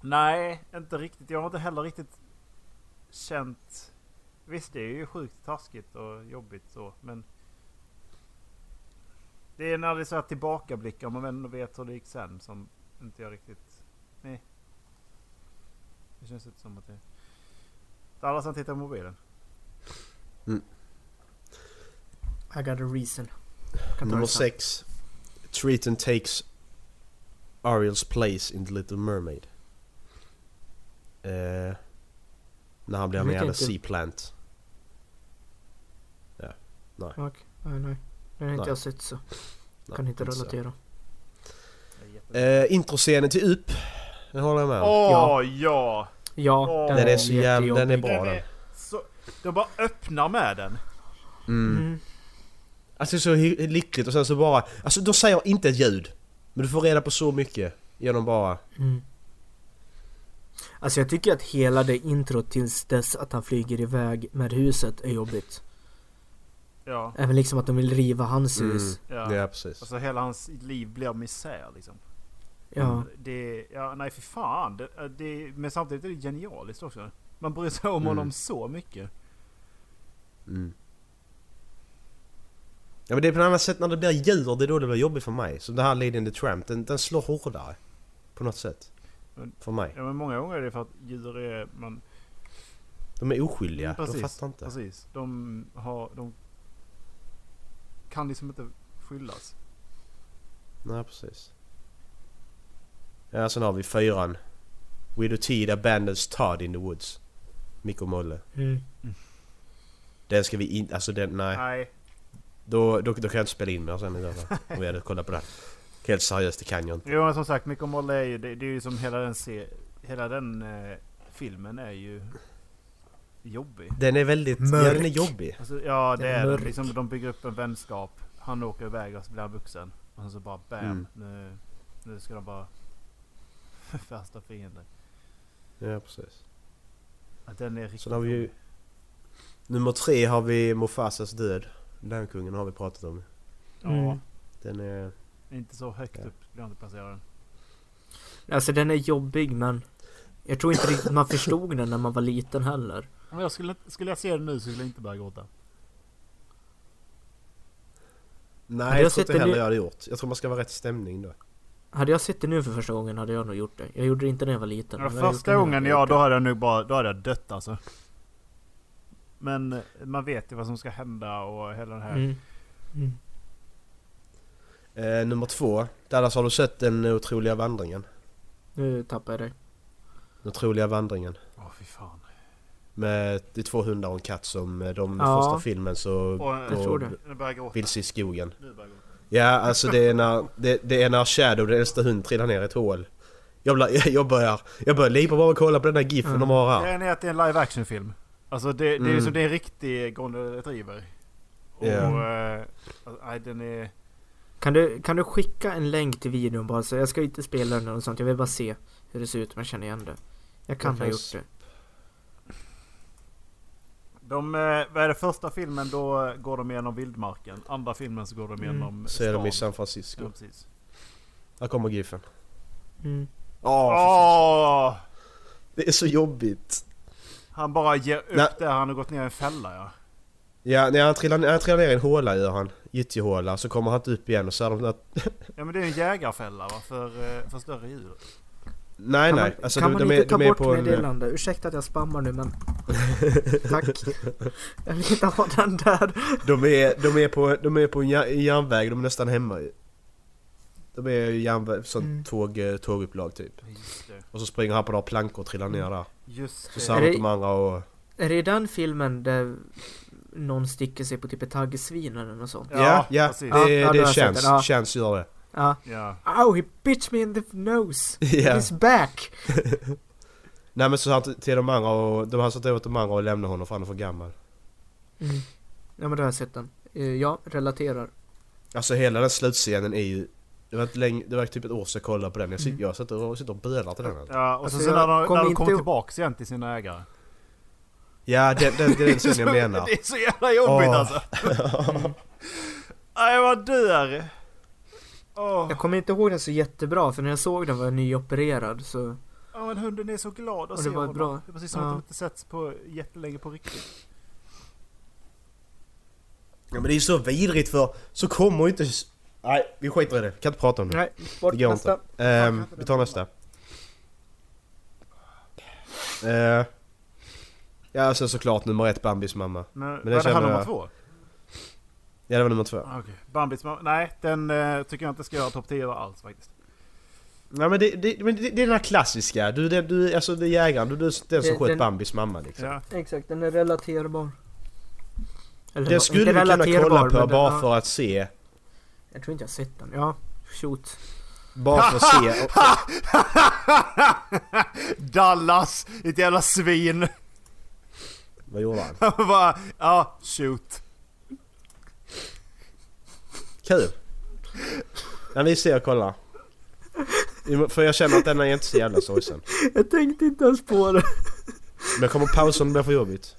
Nej, inte riktigt. Jag har inte heller riktigt känt... Visst, det är ju sjukt taskigt och jobbigt så, men... Det är när det är så här tillbakablickar, man ändå vet hur det gick sen, som inte jag riktigt... Nej. Det känns inte som att det... Det är alla som tittar på mobilen.
I got a reason. Kan ta
Nummer
det sen.
sex. Triton takes Ariel's place in The Little Mermaid. Eh, när han blir en
Vilken
jävla
inte-
sea plant.
Okej, Ah, nej nej. Den har inte
Nej.
jag sett så.
Nej,
Kan
så.
inte relatera.
Det är jätte-
Eh, introscenen till UP. Den håller jag med
Åh, ja!
om.
Ja. Ja,
Åh.
Den är så jävla... Den är
jättejobbig.
bra den.
Så, de bara öppnar med den.
Mm.
Mm.
Alltså det är så hy- lyckligt och sen så bara... Alltså de säger inte ett ljud. Men du får reda på så mycket genom bara...
Mm. Alltså jag tycker att hela det introt tills dess att han flyger iväg med huset är jobbigt.
Ja,
Även liksom att de vill riva hans
Mm.
hus.
ja.
Ja, precis.
Alltså hela hans liv blir misär liksom.
Ja.
Det, ja, nej för fan. Det, det, men samtidigt är det genialiskt också. Man bryr sig om
Mm.
honom så mycket.
Mm. Ja men det är på något annat sätt när det blir djur, det är då det blir jobbigt för mig. Som den här Lady and the Tramp, den, den slår hårdare. På något sätt.
Men-
För mig.
Ja, men många gånger är det för att djur är... Man,
De är oskyldiga, de
Precis,
fattar inte.
precis. De har... De kan liksom inte skyllas.
Nej precis. Ja sen har vi fyran. Widow Tid abandons Todd in the woods. Mikko Molle.
Mm.
Den ska vi inte, alltså den, nej.
Nej.
Då, då, då kan jag inte spela in mer sen i alla fall. Om vi hade kollat på det. här. Helt seriöst, det kan jag inte.
Jo men som sagt, Mick och Molle är ju... Det, det är ju som hela den se, Hela den eh, filmen är ju jobbig.
Den är väldigt, ja
Mörk.
den är jobbig.
Alltså, ja det
Den är
är, den.
mörk.
Liksom, de bygger upp en vänskap. Han åker iväg och så blir han vuxen. Och sen så bara bam.
Mm.
Nu, nu ska de bara... Värsta fienden.
Ja precis.
Ja, Den är riktigt
Sen har vi ju...
rolig.
Nummer tre har vi Mufasas död. Lönkungen har vi pratat om.
Mm.
Ja,
Den är...
inte så högt
Ja.
upp skulle jag inte placera den.
Alltså den är jobbig men jag tror inte riktigt man förstod den när man var liten heller.
Men jag skulle, skulle jag se den nu så skulle jag inte börja gråta.
jag
Nej, jag tror
sett
inte
en
heller
ny-
jag hade gjort. Jag tror man ska vara rätt stämning då.
Hade jag sett det nu för första gången hade jag nog gjort det. Jag gjorde det inte när jag var liten. men hade jag gjort
första
det nu
gången
hade
ja,
gjort
då
det.
hade jag nog bara då hade jag dött alltså. Men eh, man vet ju vad som ska hända och hela den här.
Mm.
Eh, nummer två. Dallas, har du sett den otroliga vandringen?
Nu tappade jag dig.
Den otroliga vandringen.
Åh fy fan.
Med de två hundar och en katt som eh, de
Ja.
första filmen så...
Och,
Jag tror det.
Nu börjar jag gråta.
Vilse i skogen.
Nu börjar jag gråta.
Ja, alltså det är när, det, det är när Shadow, den äldsta hunden, trillar ner i ett hål. Jag, blir, jag börjar... Jag börjar lipa bara och kolla på den här giffen de har här.
Grejen är att det är en live action film. Alltså det, det är ju
Mm.
som det är en riktig Golden Retriever. Och...
Ja.
eh, alltså, nej den är...
Kan du, kan du skicka en länk till videon bara så jag ska inte spela den eller något sånt. Jag vill bara se hur det ser ut om jag känner igen det. Jag kan
Jag
ha
kan
gjort
s-
det.
De, eh, vad är det första filmen då eh, går de genom vildmarken. Andra filmen så går de genom
Mm. Så är de i
stan.
San Francisco.
Ja, precis.
Här kommer Giffen.
Mm.
Åh!
Åh!
Det är så jobbigt.
Han bara ger upp
Nej.
där han har gått ner i en fälla ja.
Ja, när han trillar, när han trillar ner i en håla gör han. Gyttjehåla. Så kommer han inte upp igen och så är de där...
Ja men det är en jägarfälla va? För, eh, för större djur.
Nej,
Kan
nej.
man,
Alltså,
kan
de,
man
de är,
inte ta
de är
bort
på en... eh,
meddelande? Ursäkta att jag spammar nu men... Tack. Jag vill inte ha den där.
De är, de är, på, de är på en jär- järnväg. De är nästan hemma ju. De är ju järnväg, sånt
Mm.
tåg, eh, tågupplag typ.
Just det.
Och så springer han på några plankor och trillar ner där.
Just
Så
det.
samlar
Är det-
de andra och...
Är det i den filmen där någon sticker sig på typ ett taggsvin eller något sånt?
Ja, ja.
precis.
Det,
Ja, då har
det
jag sett
känns.
den, ja.
Känns gör det.
Ja.
Ja.
Ow, he bitch me in the nose!
Ja.
He's back!
Nej men så han till de andra och... De har satt åt de andra och lämnat honom för han är för gammal.
Ja men då har jag sett den. Eh, Ja, relaterar.
Alltså hela den slutscenen är ju... Det var, ett länge, det var typ ett år sedan jag kollade på den. Jag sitter,
Mm.
jag sitter, och, sitter och bölar till den. här.
Ja, och
Alltså,
sen, så
jag
när de,
kommer
när de
inte
kommer
ihåg-
tillbaks igen till sina ägare.
Ja, den, den, den är den scenen jag menar.
Det är så jävla jobbigt
Åh.
alltså. Nej man dör.
Ah.
Åh,
Jag kommer inte ihåg den så jättebra för när jag såg den var jag nyopererad så...
Mm.
Ja, men hunden är så glad att
det
se
var
honom.
bra.
Det är precis som
Ja.
att de inte setts på jättelänge på riktigt.
Ja, men det är ju så vidrigt för så kommer ju inte... Nej, vi skiter i det. Kan inte prata om det.
Nej, bort
det går
nästa.
inte. Ehm, vi tar nästa. Eh, ja, alltså såklart nummer ett Bambis mamma.
Men,
det
men det, det här
känner
nummer
jag-
två?
Ja, det var nummer två.
Ah, Okej. Bambis mamma. Nej, den eh, tycker jag inte ska göra topp 10 alls faktiskt.
Nej men det, det, men det, det är den här klassiska. Du, det, du alltså det är jägaren. Du, du är den som
Det-
sköt
den-
Bambis mamma liksom.
Ja.
Exakt, den är relaterbar. Eller
Den skulle vi kunna kolla på
men den-
bara
ja,
för att se.
Jag tror inte jag har sett den. Ja, shoot.
Bara för att se. Och,
Dallas! Ett jävla svin!
vad gjorde han?
Han bara, ja, shoot.
Kul! Ja, vi ser och kollar. För jag känner att den är inte så jävla sorgsen.
Jag tänkte inte ens på det.
Men jag kommer pausa om det blir för jobbigt.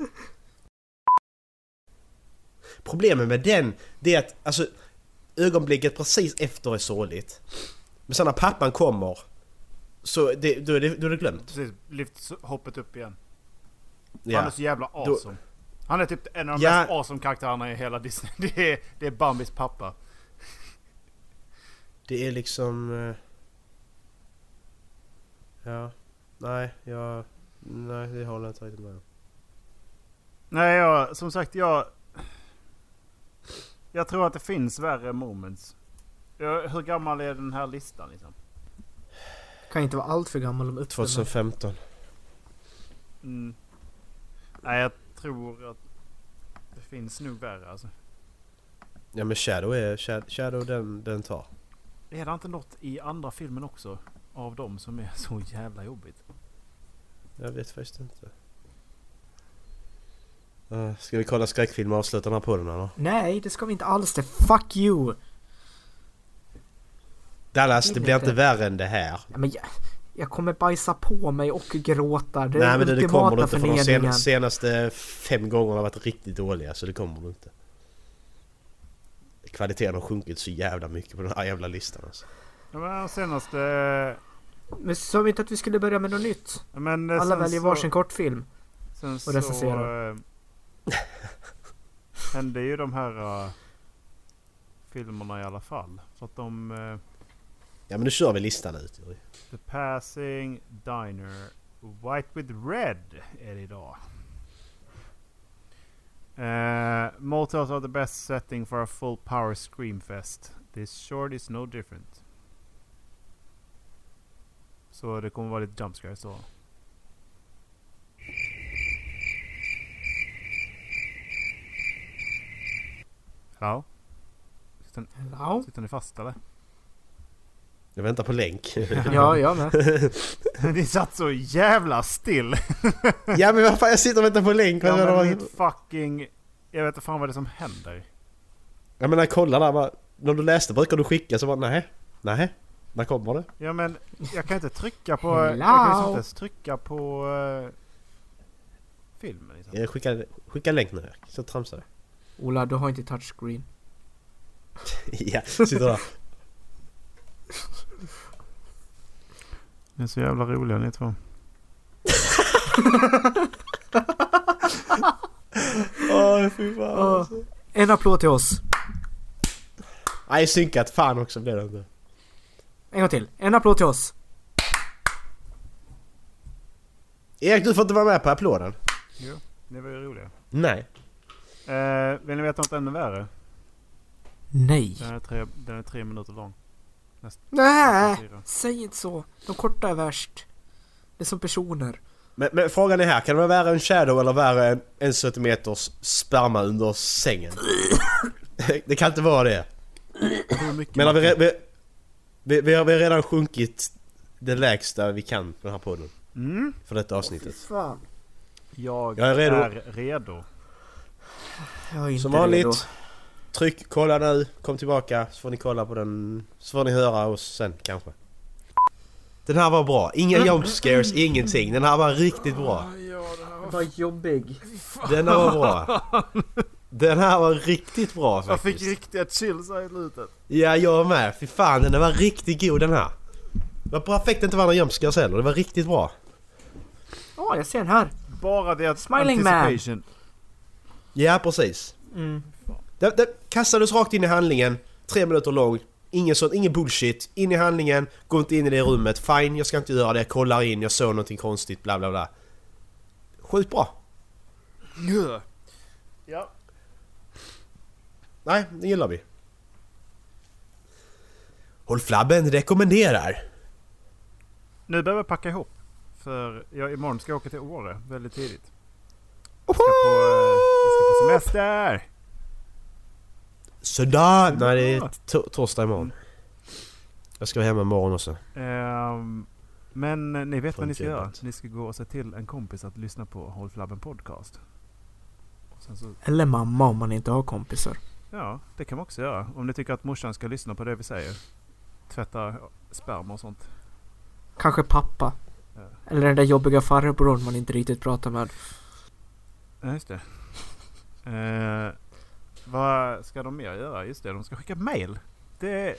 Problemet med den, det är att alltså, ögonblicket precis efter är sorgligt. Men sen när pappan kommer, så det, då, är det, då är det glömt.
Precis, lyft hoppet upp igen. Han är
Ja.
så jävla awesome. Han är typ en av de
Ja.
mest awesome karaktärerna i hela Disney. Det är, det är Bambis pappa.
Det är liksom... eh, Ja. Nej, jag... Nej, det håller jag inte riktigt med om.
Nej, jag, som sagt jag... Jag tror att det finns värre moments. Jag, hur gammal är den här listan liksom?
Kan inte vara allt för gammal om uppföljaren.
2015.
Mm. Nej, jag tror att det finns nog värre alltså.
Ja men Shadow är... Shadow, Shadow den, den tar.
Är det inte något i andra filmen också? Av dem som är så jävla jobbigt.
Jag vet faktiskt inte. Eh, Ska vi kolla skräckfilmer och avsluta den här podden eller?
Nej, det ska vi inte alls det. Fuck you!
Dallas,
Jag
det
vet
blir
inte.
inte värre än det här.
Ja, men jag, jag kommer bajsa på mig och gråta. Det är
Nej men det, det kommer du
ultimata
inte för de sen,
förnedringen.
senaste fem gångerna har varit riktigt dåliga så det kommer du inte. Kvaliteten har sjunkit så jävla mycket på den här jävla listan alltså.
Ja, men den senaste...
Men sa vi inte att vi skulle börja med något nytt?
ja, Men
Alla
sen
väljer
så-
varsin kortfilm.
Sen
och recensera.
så... eh, hände ju de här eh, filmerna i alla fall. Så att de... eh,
Ja men nu kör vi listan ut Juri.
The Passing, Diner, White with Red är det idag. Uh, Motels are the best setting for a full power screamfest. This short is no different. Så det kommer vara lite jump scares då. Hallå? Sitter,
Hello?
sitter ni fast eller?
Jag väntar på länk.
Ja, jag med.
ni satt så jävla still!
ja men vad fan jag sitter och väntar på länk.
Ja,
Vad-
men
vad-
mitt fucking... Jag vet inte fan vad det är som händer.
Jag menar kolla där bara. när du läste brukar du skicka så bara nej, nej, när kommer det?
Ja men jag kan inte trycka på... Jag
Hello.
kan liksom inte ens trycka på... eh, filmen liksom.
Eh, Skicka, skicka länk nu Erik, så tramsar det.
Ola, du har inte touchscreen.
ja, sitter där.
Ni är så jävla roliga ni två.
Åh fy fan
Ja.
alltså.
En applåd till oss.
Nej, synkat fan också blev det inte.
En gång till. En applåd till oss.
Erik du får inte vara med på applåden.
Ni var ju roliga.
Nej.
Eh, vill ni veta något ännu värre?
Nej.
Den är tre, den är tre minuter lång.
Nej.
Fyra.
Säg inte så. De korta är värst. Det är som personer.
Men, men frågan är här, kan det vara värre än shadow eller värre än en centimeters sperma under sängen? det kan inte vara det.
Hur mycket
Men vi, re- vi, vi, vi, har, vi har redan sjunkit det lägsta vi kan på den här podden.
Mm.
För detta avsnittet.
Fan.
Jag,
Jag är redo.
är redo.
Jag är inte
Som
redo.
vanligt. Tryck kolla nu, kom tillbaka så får ni kolla på den. Så får ni höra oss sen kanske. Den här var bra.
Mm.
Inga jump scares, ingenting. Den här var riktigt bra.
Vad jobbig.
Den här var bra. Den här var riktigt bra
Jag fick
faktiskt.
riktiga chills här i slutet.
Ja, jag med. Fy fan, den var riktigt god den här. Det var perfekt inte var några jump scares heller. Det var riktigt bra.
Åh, jag ser den här.
Bara det att
Smiling man.
anticipation.
Ja, precis.
Mm.
Den, den kastades rakt in i handlingen, tre minuter lång. Ingen sånt, ingen bullshit. In i handlingen, gå inte in i det rummet. Fine, jag ska inte göra det. Jag kollar in, jag såg någonting konstigt, bla bla bla. Sjukt bra.
Ja.
Nej, det gillar vi. Håll flabben rekommenderar.
Nu behöver jag packa ihop. För jag, imorgon ska jag åka till Åre väldigt tidigt. Jag ska på, eh, jag ska på semester!
Sådär! Nej, det är to- torsdag imorgon. Jag ska vara hemma imorgon också.
Ehm, men eh, ni vet vad
Från
ni ska göra.
jobbet.
Ni ska gå och se till en kompis att lyssna på Håll Flabben Podcast. Och sen så,
Eller mamma om man inte har kompisar.
ja, det kan man också göra. Om ni tycker att morsan ska lyssna på det vi säger. Tvätta sperma och sånt.
Kanske pappa.
Ja.
Eller den där jobbiga farbrorn man inte riktigt pratar med.
Ja, just det. Eh, vad ska de mer göra? Just det, de ska skicka mail. Det är...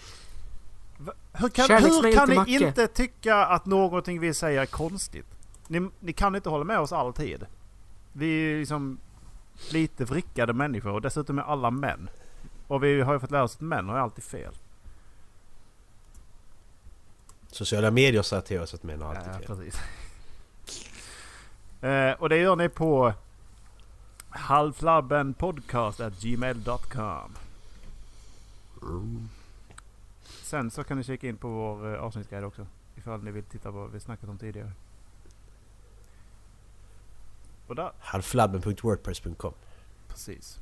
Va- Hur kan, hur
Kärleksmail
kan
till
ni
Macke.
inte tycka att någonting vi säger är konstigt? Ni, ni kan inte hålla med oss alltid. Vi är ju liksom lite vrickade människor och dessutom är alla män. Och vi har ju fått lära oss att män har ju alltid fel.
Sociala medier säger till oss att män har alltid fel.
precis. Eh, och det gör ni på halvflabbenpodcast.gmail.com Sen så kan ni kika in på vår eh, avsnittsguide också. Ifall ni vill titta på vad vi snackat om tidigare. Och där,
Halvflabben.wordpress.com
precis.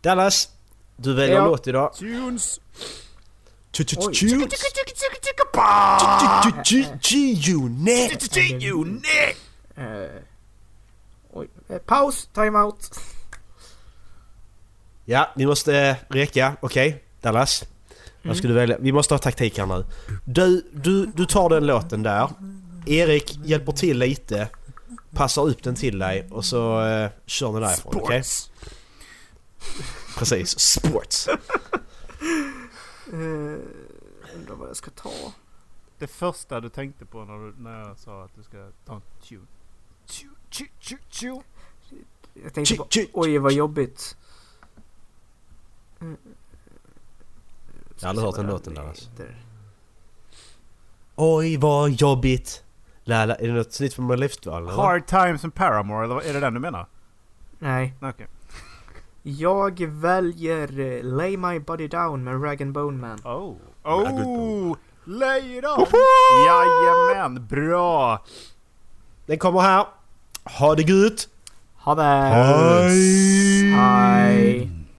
Dallas! Du väljer
Ja.
låt idag.
Tunes!
Oj.
G-Unit!
Eh, oj. Eh, paus! Timeout!
Ja, vi måste eh, reka. Okej, Dallas. Vad ska du välja? Vi måste ha taktik här nu. Du, du, du tar den låten där. Erik hjälper till lite. Passar upp den till dig och så eh, kör ni därifrån. Okej? Precis. Sports.
Eh, undrar vad jag ska ta.
Det första du tänkte på när, du, när jag sa att du ska ta en tune. Tune, tune, tune, tune.
Jag tänkte på, oj vad jobbigt. Mm.
Jag har aldrig hört den
Vad
låten där, alltså.
heter.
Oj vad jobbigt. Lala, är det något nytt från Mon Lifestyle? eller?
Hard Times and Paramore, eller vad- är det den du menar?
Nej.
Nej, Okej.
Jag väljer eh, Lay My Body Down med Rag and Bone Man.
Oh!
Ja, good
Oh! Lay it on! Jajamän, bra!
Den kommer här. Ha det gött!
Ha det! Hej!